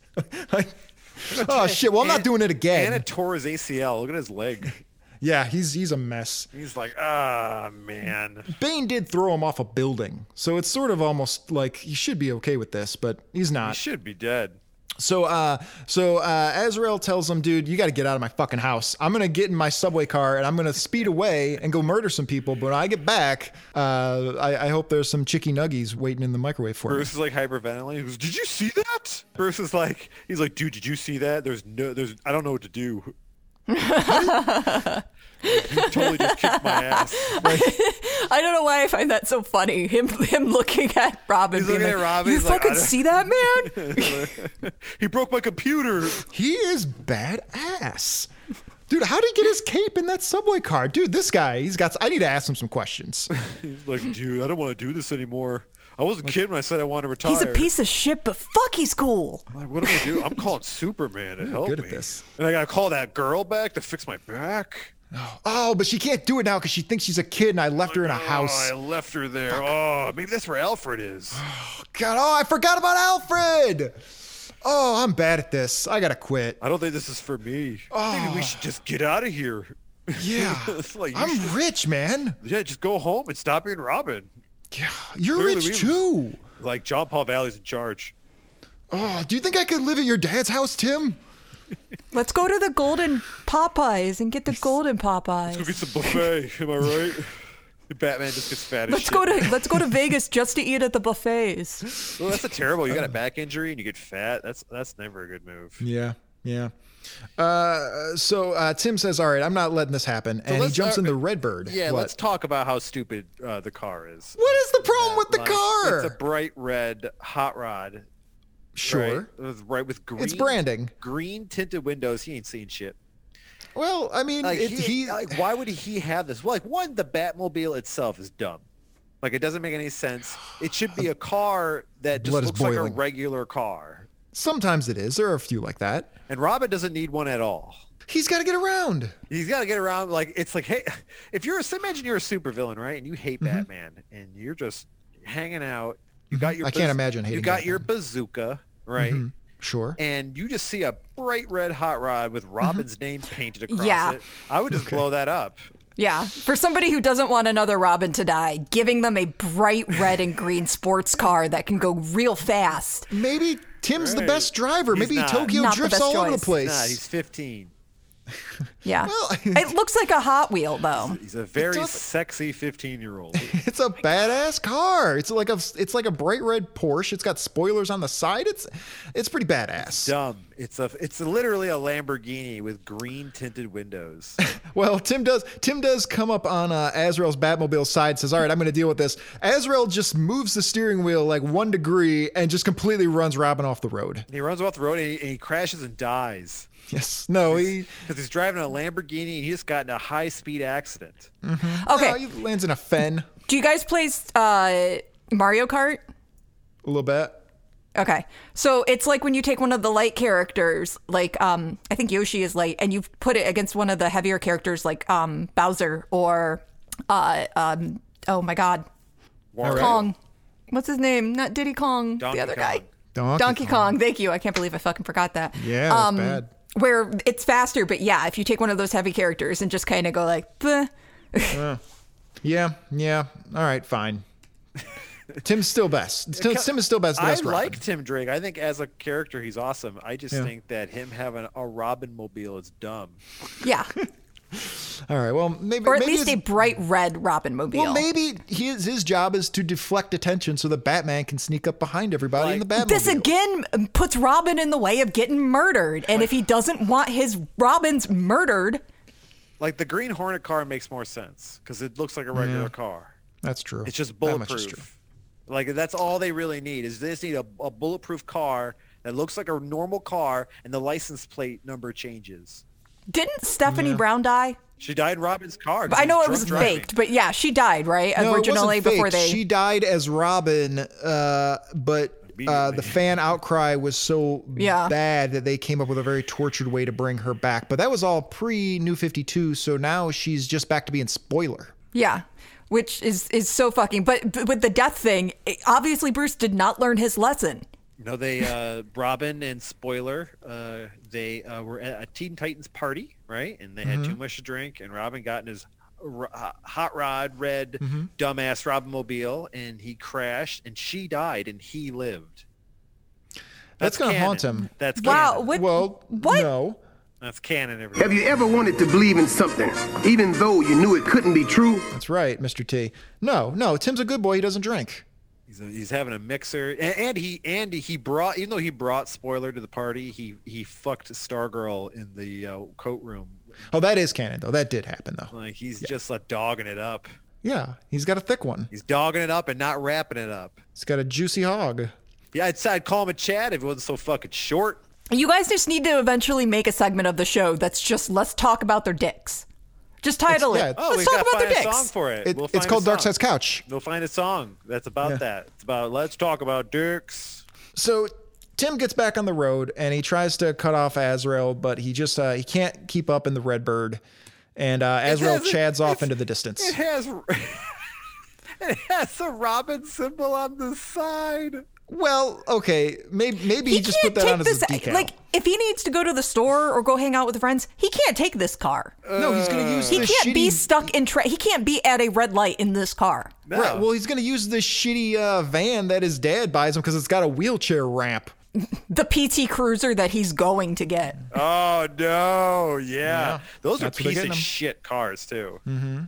[SPEAKER 3] oh shit! Well, I'm not doing it
[SPEAKER 4] And
[SPEAKER 3] again.
[SPEAKER 4] it tore his ACL. Look at his leg.
[SPEAKER 3] Yeah, he's he's a mess.
[SPEAKER 4] He's like, ah, man.
[SPEAKER 3] Bane did throw him off a building, so it's sort of almost like he should be okay with this, but he's
[SPEAKER 4] He
[SPEAKER 3] not.
[SPEAKER 4] should be dead.
[SPEAKER 3] So, uh, so uh, Azrael tells him, "Dude, you got to get out of my fucking house. I'm gonna get in my subway car and I'm gonna speed away and go murder some people. But when I get back, uh, I, I hope there's some chicky nuggies waiting in the microwave for me."
[SPEAKER 4] Bruce is like hyperventilating. He goes, "Did you see that?" Bruce is like, "He's like, dude, did you see that? There's no, there's, I don't know what to do." you totally just kicked my ass.
[SPEAKER 5] I don't know why I find that so funny. Him him looking at Robin.
[SPEAKER 4] He's
[SPEAKER 5] being
[SPEAKER 4] looking
[SPEAKER 5] like,
[SPEAKER 4] at Robin,
[SPEAKER 5] You
[SPEAKER 4] he's like,
[SPEAKER 5] fucking
[SPEAKER 4] I don't-
[SPEAKER 5] see that man?
[SPEAKER 4] he broke my computer.
[SPEAKER 3] He is badass. Dude, how did he get his cape in that subway car? Dude, this guy, he's got. I need to ask him some questions.
[SPEAKER 4] He's like, dude, I don't want to do this anymore. I wasn't kidding when I said I wanted to retire.
[SPEAKER 5] He's a piece of shit, but fuck, he's cool.
[SPEAKER 4] I'm like, what do I do? I'm calling Superman to help
[SPEAKER 3] good at
[SPEAKER 4] me.
[SPEAKER 3] this.
[SPEAKER 4] And I gotta call that girl back to fix my back.
[SPEAKER 3] Oh, but she can't do it now because she thinks she's a kid and I left her in a house.
[SPEAKER 4] Oh, I left her there. Oh, maybe that's where Alfred is.
[SPEAKER 3] God, oh, I forgot about Alfred. Oh, I'm bad at this. I gotta quit.
[SPEAKER 4] I don't think this is for me. Maybe we should just get out of here.
[SPEAKER 3] Yeah.
[SPEAKER 4] It's like, you
[SPEAKER 3] I'm
[SPEAKER 4] should-
[SPEAKER 3] rich, man.
[SPEAKER 4] Yeah, just go home and stop being Robin.
[SPEAKER 3] Yeah, You're
[SPEAKER 4] Clearly we-
[SPEAKER 3] rich too.
[SPEAKER 4] Like John Paul Valley's in charge.
[SPEAKER 3] Oh, do you think I could live at your dad's house, Tim?
[SPEAKER 5] Let's go to the golden Popeyes and get the golden Popeyes.
[SPEAKER 4] Go get some buffet. Am I right? Batman just gets fat as
[SPEAKER 5] Let's
[SPEAKER 4] shit.
[SPEAKER 5] go to let's go to Vegas just to eat at the buffets.
[SPEAKER 4] Well, that's a terrible. You got a back injury and you get fat. That's that's never a good move.
[SPEAKER 3] Yeah, yeah. Uh, so uh, Tim says, "All right, I'm not letting this happen," and he
[SPEAKER 4] let's-
[SPEAKER 3] jumps
[SPEAKER 4] uh,
[SPEAKER 3] in the Redbird.
[SPEAKER 4] Yeah,
[SPEAKER 3] What?
[SPEAKER 4] let's talk about how stupid uh, the car is.
[SPEAKER 3] What is the problem with the
[SPEAKER 4] Like,
[SPEAKER 3] car?
[SPEAKER 4] It's a bright red hot rod.
[SPEAKER 3] sure.
[SPEAKER 4] Right, with, right, with green.
[SPEAKER 3] It's branding.
[SPEAKER 4] Green tinted windows. He ain't seen shit.
[SPEAKER 3] Well, I mean,
[SPEAKER 4] Like,
[SPEAKER 3] it,
[SPEAKER 4] he,
[SPEAKER 3] he,
[SPEAKER 4] like, why would he have this? Well, like, one, the Batmobile itself is dumb. Like, it doesn't make any sense. It should be a car that just
[SPEAKER 3] Blood is
[SPEAKER 4] looks like a
[SPEAKER 3] boiling.
[SPEAKER 4] regular car.
[SPEAKER 3] sometimes it is. There are a few like that.
[SPEAKER 4] And Robin doesn't need one at all.
[SPEAKER 3] He's got to get around.
[SPEAKER 4] He's got to get around. Like, it's like, hey, if you're, so imagine you're a supervillain, right? And you hate
[SPEAKER 3] Mm-hmm.
[SPEAKER 4] Batman, and you're just hanging out. You got your.
[SPEAKER 3] Mm-hmm. I can't
[SPEAKER 4] baz-
[SPEAKER 3] imagine
[SPEAKER 4] You
[SPEAKER 3] hating Mm-hmm.
[SPEAKER 4] got your bazooka, right?
[SPEAKER 3] Sure.
[SPEAKER 4] and you just see a bright red hot rod
[SPEAKER 3] Mm-hmm.
[SPEAKER 4] with Robin's name painted across
[SPEAKER 5] Yeah.
[SPEAKER 4] it, I would just blow that up.
[SPEAKER 5] Yeah, for somebody who doesn't want another Robin to die, giving them a bright red and green sports car that can go real fast.
[SPEAKER 3] Maybe Tim's the
[SPEAKER 4] Right.
[SPEAKER 3] best driver.
[SPEAKER 4] He's
[SPEAKER 3] Maybe
[SPEAKER 4] not.
[SPEAKER 3] Tokyo
[SPEAKER 5] Not the
[SPEAKER 3] drifts
[SPEAKER 5] best
[SPEAKER 3] all over the
[SPEAKER 5] choice.
[SPEAKER 3] place.
[SPEAKER 4] Nah, he's 15.
[SPEAKER 5] Yeah.
[SPEAKER 3] Well-
[SPEAKER 5] it looks like a Hot Wheel though.
[SPEAKER 4] He's a very
[SPEAKER 3] doesn't-
[SPEAKER 4] sexy 15 year old.
[SPEAKER 3] it's a badass car. It's like a it's like a bright red Porsche. It's got spoilers on the side. It's it's pretty badass.
[SPEAKER 4] Dumb. It's a. It's literally a Lamborghini with green tinted windows.
[SPEAKER 3] Well, Tim does Tim does come up on uh, Azrael's Batmobile's side. Says, "All right, I'm going to deal with this." Azrael just moves the steering wheel like one degree and just completely runs Robin off the road.
[SPEAKER 4] he runs off the road and he, and he crashes and dies
[SPEAKER 3] Yes. No. He
[SPEAKER 4] because he's driving a Lamborghini and he just got in a high speed accident.
[SPEAKER 5] Okay.
[SPEAKER 3] Oh, he lands in a fen
[SPEAKER 5] Do you guys play uh, Mario Kart?
[SPEAKER 3] a little bit.
[SPEAKER 5] Okay. So it's like when you take one of the light characters, like um I think Yoshi is light, and you put it against one of the heavier characters like um Bowser or uh um oh my god.
[SPEAKER 4] Warren.
[SPEAKER 5] Kong. What's his name? Not Diddy Kong,
[SPEAKER 4] Oh, Donkey
[SPEAKER 5] the other
[SPEAKER 4] Kong.
[SPEAKER 5] guy.
[SPEAKER 3] Donkey
[SPEAKER 5] Kong. Thank you. I can't believe I fucking forgot that. Um,
[SPEAKER 3] Yeah, that's bad.
[SPEAKER 5] Where it's faster, but yeah, if you take one of those heavy characters and just kind of go like, "Bleh."
[SPEAKER 3] Yeah. Yeah. All right. Fine. Tim's still best. Tim, Tim is still best. The
[SPEAKER 4] I
[SPEAKER 3] best Robin.
[SPEAKER 4] like Tim Drake. I think as a character, he's awesome. I just
[SPEAKER 3] Yeah.
[SPEAKER 4] think that him having a Robin mobile is dumb.
[SPEAKER 5] yeah,
[SPEAKER 3] All right. Well, maybe
[SPEAKER 5] or at
[SPEAKER 3] maybe
[SPEAKER 5] least a
[SPEAKER 3] it's-
[SPEAKER 5] bright red Robin mobile.
[SPEAKER 3] Well, maybe his his job is to deflect attention so that Batman can sneak up behind everybody in the Batmobile.
[SPEAKER 5] This again puts Robin in the way of getting murdered, and if he doesn't want his Robins murdered,
[SPEAKER 4] Like the Green Hornet car makes more sense because it looks like a regular car.
[SPEAKER 3] That's true.
[SPEAKER 4] It's just
[SPEAKER 3] That much is true.
[SPEAKER 4] bulletproof. Like that's all they really need is they just need a, a bulletproof car that looks like a normal car and the license plate number changes.
[SPEAKER 5] didn't Stephanie Brown die?
[SPEAKER 4] She died in Robin's car. 'cause
[SPEAKER 5] I
[SPEAKER 4] she
[SPEAKER 5] know it
[SPEAKER 4] drunk
[SPEAKER 5] was
[SPEAKER 4] driving.
[SPEAKER 5] faked, but yeah, she died right
[SPEAKER 3] No, it wasn't
[SPEAKER 5] originally before
[SPEAKER 3] fake.
[SPEAKER 5] they.
[SPEAKER 3] She died as Robin, uh, but uh, the fan outcry was so
[SPEAKER 5] Yeah.
[SPEAKER 3] bad that they came up with a very tortured way to bring her back. But that was all pre New 52, so now she's just back to being spoiler.
[SPEAKER 5] Yeah, eh, which is is so fucking. But, but with the death thing, it- obviously Bruce did not learn his lesson.
[SPEAKER 4] No, they uh, Robin and spoiler, uh, they uh, were at a Teen Titans party, right? And they had
[SPEAKER 3] Mm-hmm.
[SPEAKER 4] too much to drink, and Robin got in his r- ho- hot rod red
[SPEAKER 3] Mm-hmm.
[SPEAKER 4] dumbass Robin mobile, and he crashed, and she died, and he lived.
[SPEAKER 3] That's gonna
[SPEAKER 4] canon.
[SPEAKER 3] haunt him.
[SPEAKER 4] That's
[SPEAKER 5] Wow.
[SPEAKER 4] canon.
[SPEAKER 5] What?
[SPEAKER 3] well,
[SPEAKER 5] what?
[SPEAKER 3] no.
[SPEAKER 4] That's canon. Everybody.
[SPEAKER 9] Have you ever wanted to believe in something, even though you knew it couldn't be true?
[SPEAKER 3] That's right, Mr. T. No, no. Tim's a good boy. He doesn't drink.
[SPEAKER 4] He's, he's having a mixer, and, and he and he brought even though he brought spoiler to the party, he he fucked Stargirl in the uh, coat room.
[SPEAKER 3] Oh, that is canon though. That did happen though.
[SPEAKER 4] Like he's just like dogging it up.
[SPEAKER 3] Yeah, he's got a thick one.
[SPEAKER 4] He's dogging it up and not wrapping it up.
[SPEAKER 3] He's got a juicy hog.
[SPEAKER 4] Yeah, I'd, I'd call him a Chad if it wasn't so fucking short.
[SPEAKER 5] You guys just need to eventually make a segment of the show that's just let's talk about their dicks. Just title
[SPEAKER 3] yeah,
[SPEAKER 5] it.
[SPEAKER 3] it's-
[SPEAKER 4] Oh,
[SPEAKER 5] let's
[SPEAKER 4] we've
[SPEAKER 5] talk
[SPEAKER 4] got to
[SPEAKER 5] about
[SPEAKER 4] find
[SPEAKER 5] their
[SPEAKER 4] a song
[SPEAKER 5] dicks.
[SPEAKER 4] for it.
[SPEAKER 3] It,
[SPEAKER 4] We'll
[SPEAKER 3] it's
[SPEAKER 4] find a
[SPEAKER 3] called Dark
[SPEAKER 4] song.
[SPEAKER 3] Side's Couch.
[SPEAKER 4] We'll find a song that's about
[SPEAKER 3] Yeah.
[SPEAKER 4] that. It's about let's talk about dicks.
[SPEAKER 3] So Tim gets back on the road and he tries to cut off Azrael, but he just uh, he can't keep up in the Red Bird, and uh, Azrael
[SPEAKER 4] doesn't-
[SPEAKER 3] chads off
[SPEAKER 4] it's-
[SPEAKER 3] into the distance.
[SPEAKER 4] It has it has a robin symbol on the side.
[SPEAKER 3] Well, okay, maybe maybe he, just
[SPEAKER 5] can't
[SPEAKER 3] put that
[SPEAKER 5] take
[SPEAKER 3] on as
[SPEAKER 5] this.
[SPEAKER 3] his decal.
[SPEAKER 5] Like, if he needs to go to the store or go hang out with friends, he can't take this car.
[SPEAKER 3] no, he's gonna use
[SPEAKER 5] he
[SPEAKER 3] the
[SPEAKER 5] can't be
[SPEAKER 3] shitty-
[SPEAKER 5] stuck in. Tra- he can't be at a red light in this car.
[SPEAKER 4] No.
[SPEAKER 3] Right, well, he's gonna use the shitty uh, van that his dad buys him because it's got a wheelchair ramp.
[SPEAKER 5] The PT Cruiser that he's going to get.
[SPEAKER 4] oh no, yeah. Those are
[SPEAKER 3] that's what they're
[SPEAKER 4] piece
[SPEAKER 3] getting
[SPEAKER 4] of
[SPEAKER 3] 'em.
[SPEAKER 4] shit cars too.
[SPEAKER 3] No,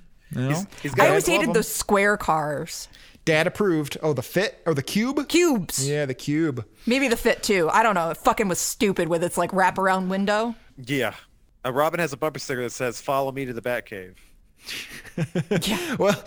[SPEAKER 4] He's
[SPEAKER 5] I
[SPEAKER 4] got
[SPEAKER 5] always
[SPEAKER 3] love
[SPEAKER 5] hated
[SPEAKER 3] them.
[SPEAKER 5] those square cars.
[SPEAKER 3] dad approved. Oh, the fit or the cube?
[SPEAKER 5] Cubes.
[SPEAKER 3] Yeah, the cube.
[SPEAKER 5] Maybe the fit too. I don't know. It fucking was stupid with its like wraparound window.
[SPEAKER 4] yeah. Uh, Robin has a bumper sticker that says "Follow me to the Batcave."
[SPEAKER 3] Well,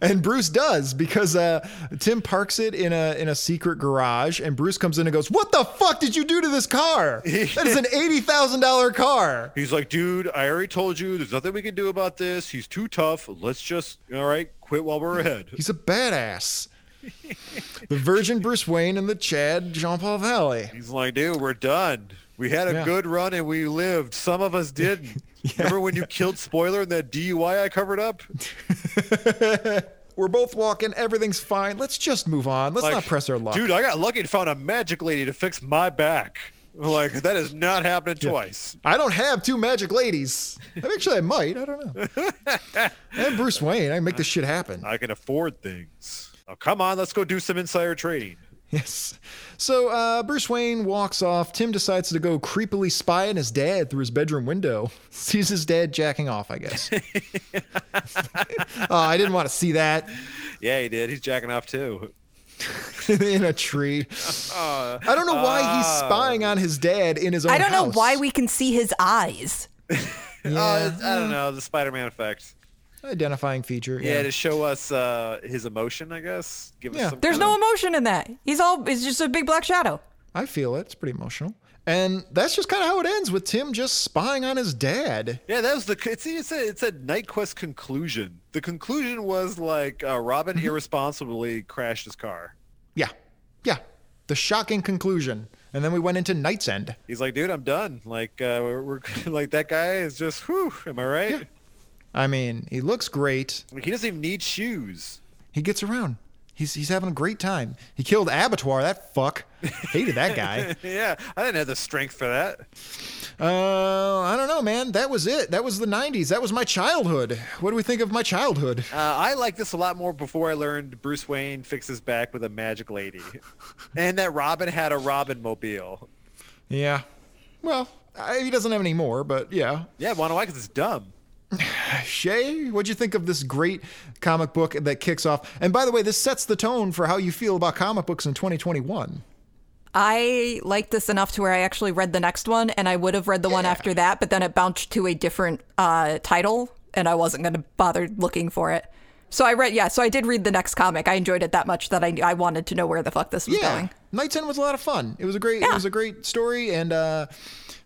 [SPEAKER 3] and Bruce does because uh, Tim parks it in a in a secret garage, and Bruce comes in and goes, "What the fuck did you do to this car? That is an eighty thousand dollar car."
[SPEAKER 4] He's like, dude, I already told you, there's nothing we can do about this. He's too tough. Let's just, all right, quit while we're ahead.
[SPEAKER 3] He's a badass. the Virgin Bruce Wayne and the Chad Jean Paul Valley.
[SPEAKER 4] He's like, dude, we're done. We had a
[SPEAKER 3] Yeah.
[SPEAKER 4] good run and we lived. Some of us didn't. Remember when you killed Spoiler in that DUI I covered up?
[SPEAKER 3] We're both walking. Everything's fine. Let's just move on. Let's
[SPEAKER 4] Like,
[SPEAKER 3] not press our luck.
[SPEAKER 4] Dude, I got lucky and found a magic lady to fix my back. Like, that is not happening twice.
[SPEAKER 3] I don't have two magic ladies. I mean, Actually, I might. I don't know. and Bruce Wayne. I can make this shit happen.
[SPEAKER 4] I can afford things. Oh, come on, let's go do some insider trading.
[SPEAKER 3] Yes. So uh, Bruce Wayne walks off. Tim decides to go creepily spy on his dad through his bedroom window. Sees his dad jacking off, I guess. oh, I didn't want to see that
[SPEAKER 4] Yeah, he did. He's jacking off too.
[SPEAKER 3] in a tree. I don't know why he's spying on his dad in his own
[SPEAKER 5] I don't know
[SPEAKER 3] house.
[SPEAKER 5] why we can see his eyes.
[SPEAKER 4] Uh, I don't know, the Spider-Man effect.
[SPEAKER 3] Identifying feature.
[SPEAKER 4] Yeah,
[SPEAKER 3] Yeah.
[SPEAKER 4] to show us uh, his emotion, I guess. Give
[SPEAKER 3] Yeah.
[SPEAKER 4] us some
[SPEAKER 5] There's
[SPEAKER 4] kind
[SPEAKER 5] no emotion in that. He's all. It's just a big black shadow.
[SPEAKER 3] I feel it. It's pretty emotional. And that's just kind of how it ends with Tim just spying on his dad.
[SPEAKER 4] of- Yeah, that was the. It's it's a it's a NyQuest conclusion. The conclusion was like uh, Robin irresponsibly crashed his car.
[SPEAKER 3] Yeah. Yeah. The shocking conclusion. And then we went into Night's End.
[SPEAKER 4] He's like, dude, I'm done. Like uh, we're, we're like that guy is just. Whew, am I right?
[SPEAKER 3] I mean, he looks great.
[SPEAKER 4] Like, he doesn't even need shoes.
[SPEAKER 3] He gets around. He's he's having a great time. He killed Abattoir. That fuck hated that guy.
[SPEAKER 4] Yeah, I didn't have the strength for that.
[SPEAKER 3] Uh, I don't know, man. That was it. That was the '90s. That was my childhood. What do we think of my childhood?
[SPEAKER 4] Uh, I liked this a lot more before I learned Bruce Wayne fixes back with a magic lady, and that Robin had a Robin mobile.
[SPEAKER 3] Yeah. Well, I, he doesn't have any more, but yeah.
[SPEAKER 4] Yeah, why do I? Because it's dumb.
[SPEAKER 3] Shay, what'd you think of this great comic book that kicks off? And by the way, this sets the tone for how you feel about comic books in 2021.
[SPEAKER 5] I liked this enough to where I actually read the next one, and I would have read the one after that, but then it bounced to a different uh, title, and I wasn't going to bother looking for it. So I read, yeah. So I did read the next comic. I enjoyed it that much that I I wanted to know where the fuck this was
[SPEAKER 3] Yeah,
[SPEAKER 5] going.
[SPEAKER 3] Night's End was a lot of fun. It was a great, it
[SPEAKER 5] Yeah.
[SPEAKER 3] was a great story, and uh,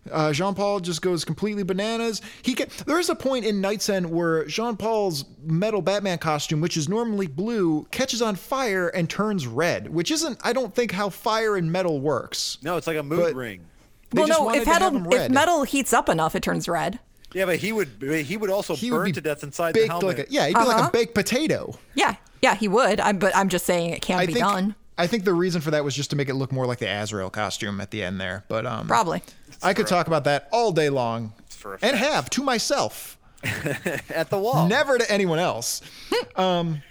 [SPEAKER 3] uh, Jean Paul just goes completely bananas. He get, there is a point in Night's End where Jean Paul's metal Batman costume, which is normally blue, catches on fire and turns red, which isn't, I don't think, how fire and metal works.
[SPEAKER 4] No, it's like a mood
[SPEAKER 3] But-
[SPEAKER 4] ring.
[SPEAKER 3] They
[SPEAKER 5] well,
[SPEAKER 3] just
[SPEAKER 5] no,
[SPEAKER 3] wanted
[SPEAKER 5] if
[SPEAKER 3] to have
[SPEAKER 5] metal
[SPEAKER 3] them
[SPEAKER 5] if
[SPEAKER 3] red.
[SPEAKER 5] metal heats up enough, it turns red.
[SPEAKER 4] Yeah, but he would but he would also
[SPEAKER 3] he
[SPEAKER 4] burn
[SPEAKER 3] would be
[SPEAKER 4] to death inside the
[SPEAKER 3] baked
[SPEAKER 4] helmet.
[SPEAKER 5] Uh-huh.
[SPEAKER 3] like a, yeah, he'd be like a baked potato.
[SPEAKER 5] Yeah, yeah, he would. I'm, but I'm just saying it can
[SPEAKER 3] I
[SPEAKER 5] be
[SPEAKER 3] think
[SPEAKER 5] done.
[SPEAKER 3] I think the reason for that was just to make it look more like the Azrael costume at the end there. But um,
[SPEAKER 5] Probably.
[SPEAKER 3] I could talk about that all day long
[SPEAKER 4] for a
[SPEAKER 3] and have to myself,
[SPEAKER 4] at the wall.
[SPEAKER 3] never to anyone else. Um,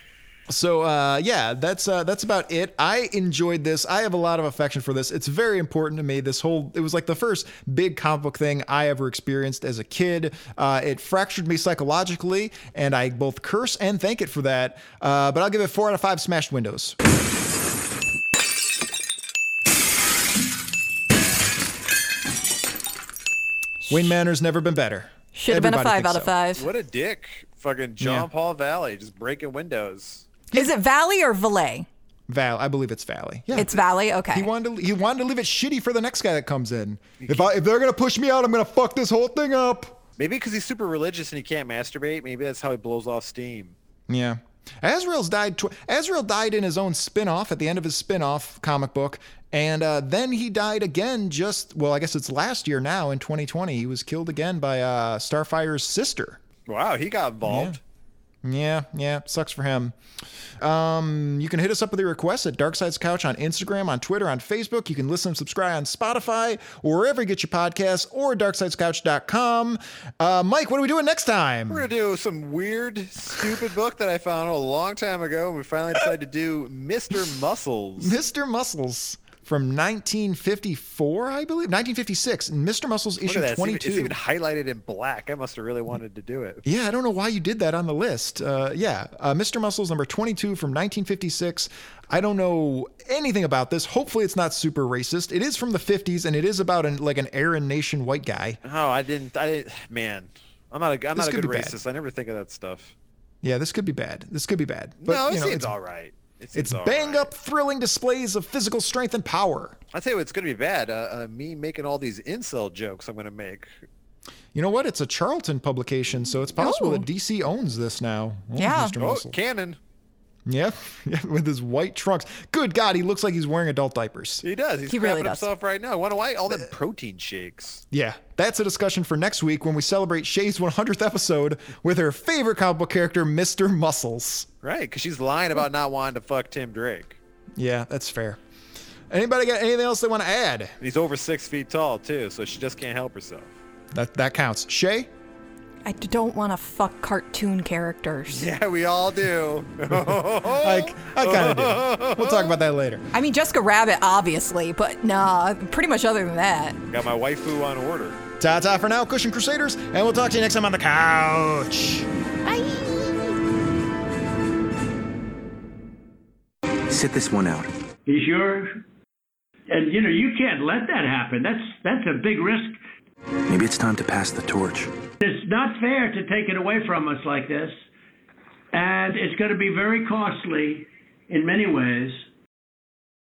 [SPEAKER 3] So uh, yeah, that's uh, that's about it. I enjoyed this. I have a lot of affection for this. It's very important to me. This whole it was like the first big comic book thing I ever experienced as a kid. Uh, it fractured me psychologically, and I both curse and thank it for that. Uh, but I'll give it four out of five smashed windows. Wayne Manor's never been better.
[SPEAKER 5] Should have been a
[SPEAKER 3] Everybody
[SPEAKER 5] five
[SPEAKER 3] thinks
[SPEAKER 5] out of
[SPEAKER 3] so.
[SPEAKER 5] five.
[SPEAKER 4] What a dick. Fucking John Paul Valley just breaking windows.
[SPEAKER 5] Is it Valley or Valet?
[SPEAKER 3] Val, I believe it's Valley. Yeah,
[SPEAKER 5] It's Valley. Okay.
[SPEAKER 3] He wanted to he wanted to leave it shitty for the next guy that comes in. If I if they're gonna push me out, I'm gonna fuck this whole thing up.
[SPEAKER 4] Maybe because he's super religious and he can't masturbate. Maybe that's how he blows off steam.
[SPEAKER 3] Yeah. Azrael's died. Tw- Azrael died in his own spin-off at the end of his spin-off comic book, and uh, then he died again. Just well, I guess it's last year now in 2020. He was killed again by uh, Starfire's sister.
[SPEAKER 4] Wow, he got involved.
[SPEAKER 3] Yeah, yeah, sucks for him. Um, you can hit us up with your requests at Dark Side's Couch on Instagram, on Twitter, on Facebook. You can listen and subscribe on Spotify or wherever you get your podcasts or darksidescouch.com. Uh, Mike, what are we doing next time?
[SPEAKER 4] We're gonna do some weird, stupid book that I found a long time ago, and we finally decided to do Mr. Muscles.
[SPEAKER 3] Mr. Muscles from 1954, I believe. 1956. Mr. Muscles
[SPEAKER 4] Look
[SPEAKER 3] issue
[SPEAKER 4] at that. It's even,
[SPEAKER 3] 22.
[SPEAKER 4] it's even highlighted in black. I must have really wanted to do it.
[SPEAKER 3] Yeah, I don't know why you did that on the list. Uh, yeah, uh, Mr. Muscles number 22 from 1956. I don't know anything about this. Hopefully, it's not super racist. It is from the 50s, and it is about an, like an Aryan Nation white guy.
[SPEAKER 4] Oh, I didn't. I didn't. Man, I'm not a. I'm
[SPEAKER 3] This
[SPEAKER 4] not a
[SPEAKER 3] could
[SPEAKER 4] good
[SPEAKER 3] be bad.
[SPEAKER 4] racist. I never think of that stuff.
[SPEAKER 3] Yeah, this could be bad. This could be bad. But
[SPEAKER 4] no, it
[SPEAKER 3] you know,
[SPEAKER 4] seems
[SPEAKER 3] it's,
[SPEAKER 4] all right. It seems
[SPEAKER 3] it's
[SPEAKER 4] all
[SPEAKER 3] bang
[SPEAKER 4] right.
[SPEAKER 3] up, thrilling displays of physical strength and power.
[SPEAKER 4] I tell you, it's gonna be bad. Uh, uh, me making all these incel jokes. I'm gonna make.
[SPEAKER 3] You know what? It's a Charlton publication, so it's possible
[SPEAKER 5] Oh.
[SPEAKER 3] that DC owns this now. Oh,
[SPEAKER 5] Yeah.
[SPEAKER 3] Mr.
[SPEAKER 4] Oh,
[SPEAKER 3] Muscle.
[SPEAKER 4] canon.
[SPEAKER 3] Yeah, yeah, with his white trunks. Good God, he looks like he's wearing adult diapers.
[SPEAKER 4] He does. He's
[SPEAKER 5] He really
[SPEAKER 4] crapping
[SPEAKER 5] does.
[SPEAKER 4] himself right now. Wonder why all the protein shakes.
[SPEAKER 3] Yeah, that's a discussion for next week when we celebrate Shay's 100th episode with her favorite comic book character, Mr. Muscles.
[SPEAKER 4] Right, because she's lying about not wanting to fuck Tim Drake.
[SPEAKER 3] Yeah, that's fair. Anybody got anything else they want to add?
[SPEAKER 4] And he's over six feet tall too, so she just can't help herself.
[SPEAKER 3] That that counts. Shay,
[SPEAKER 5] I d- don't want to fuck cartoon characters.
[SPEAKER 4] Yeah, we all do.
[SPEAKER 3] I, I kind of do. We'll talk about that later.
[SPEAKER 5] I mean, Jessica Rabbit, obviously, but nah, pretty much other than that.
[SPEAKER 4] Got my waifu on order.
[SPEAKER 3] Ta ta for now, Cushion Crusaders, and we'll talk to you next time on the couch.
[SPEAKER 10] Sit this one out.
[SPEAKER 11] You sure? And you know, you can't let that happen. That's that's a big risk.
[SPEAKER 10] Maybe it's time to pass the torch.
[SPEAKER 11] It's not fair to take it away from us like this. And it's going to be very costly in many ways.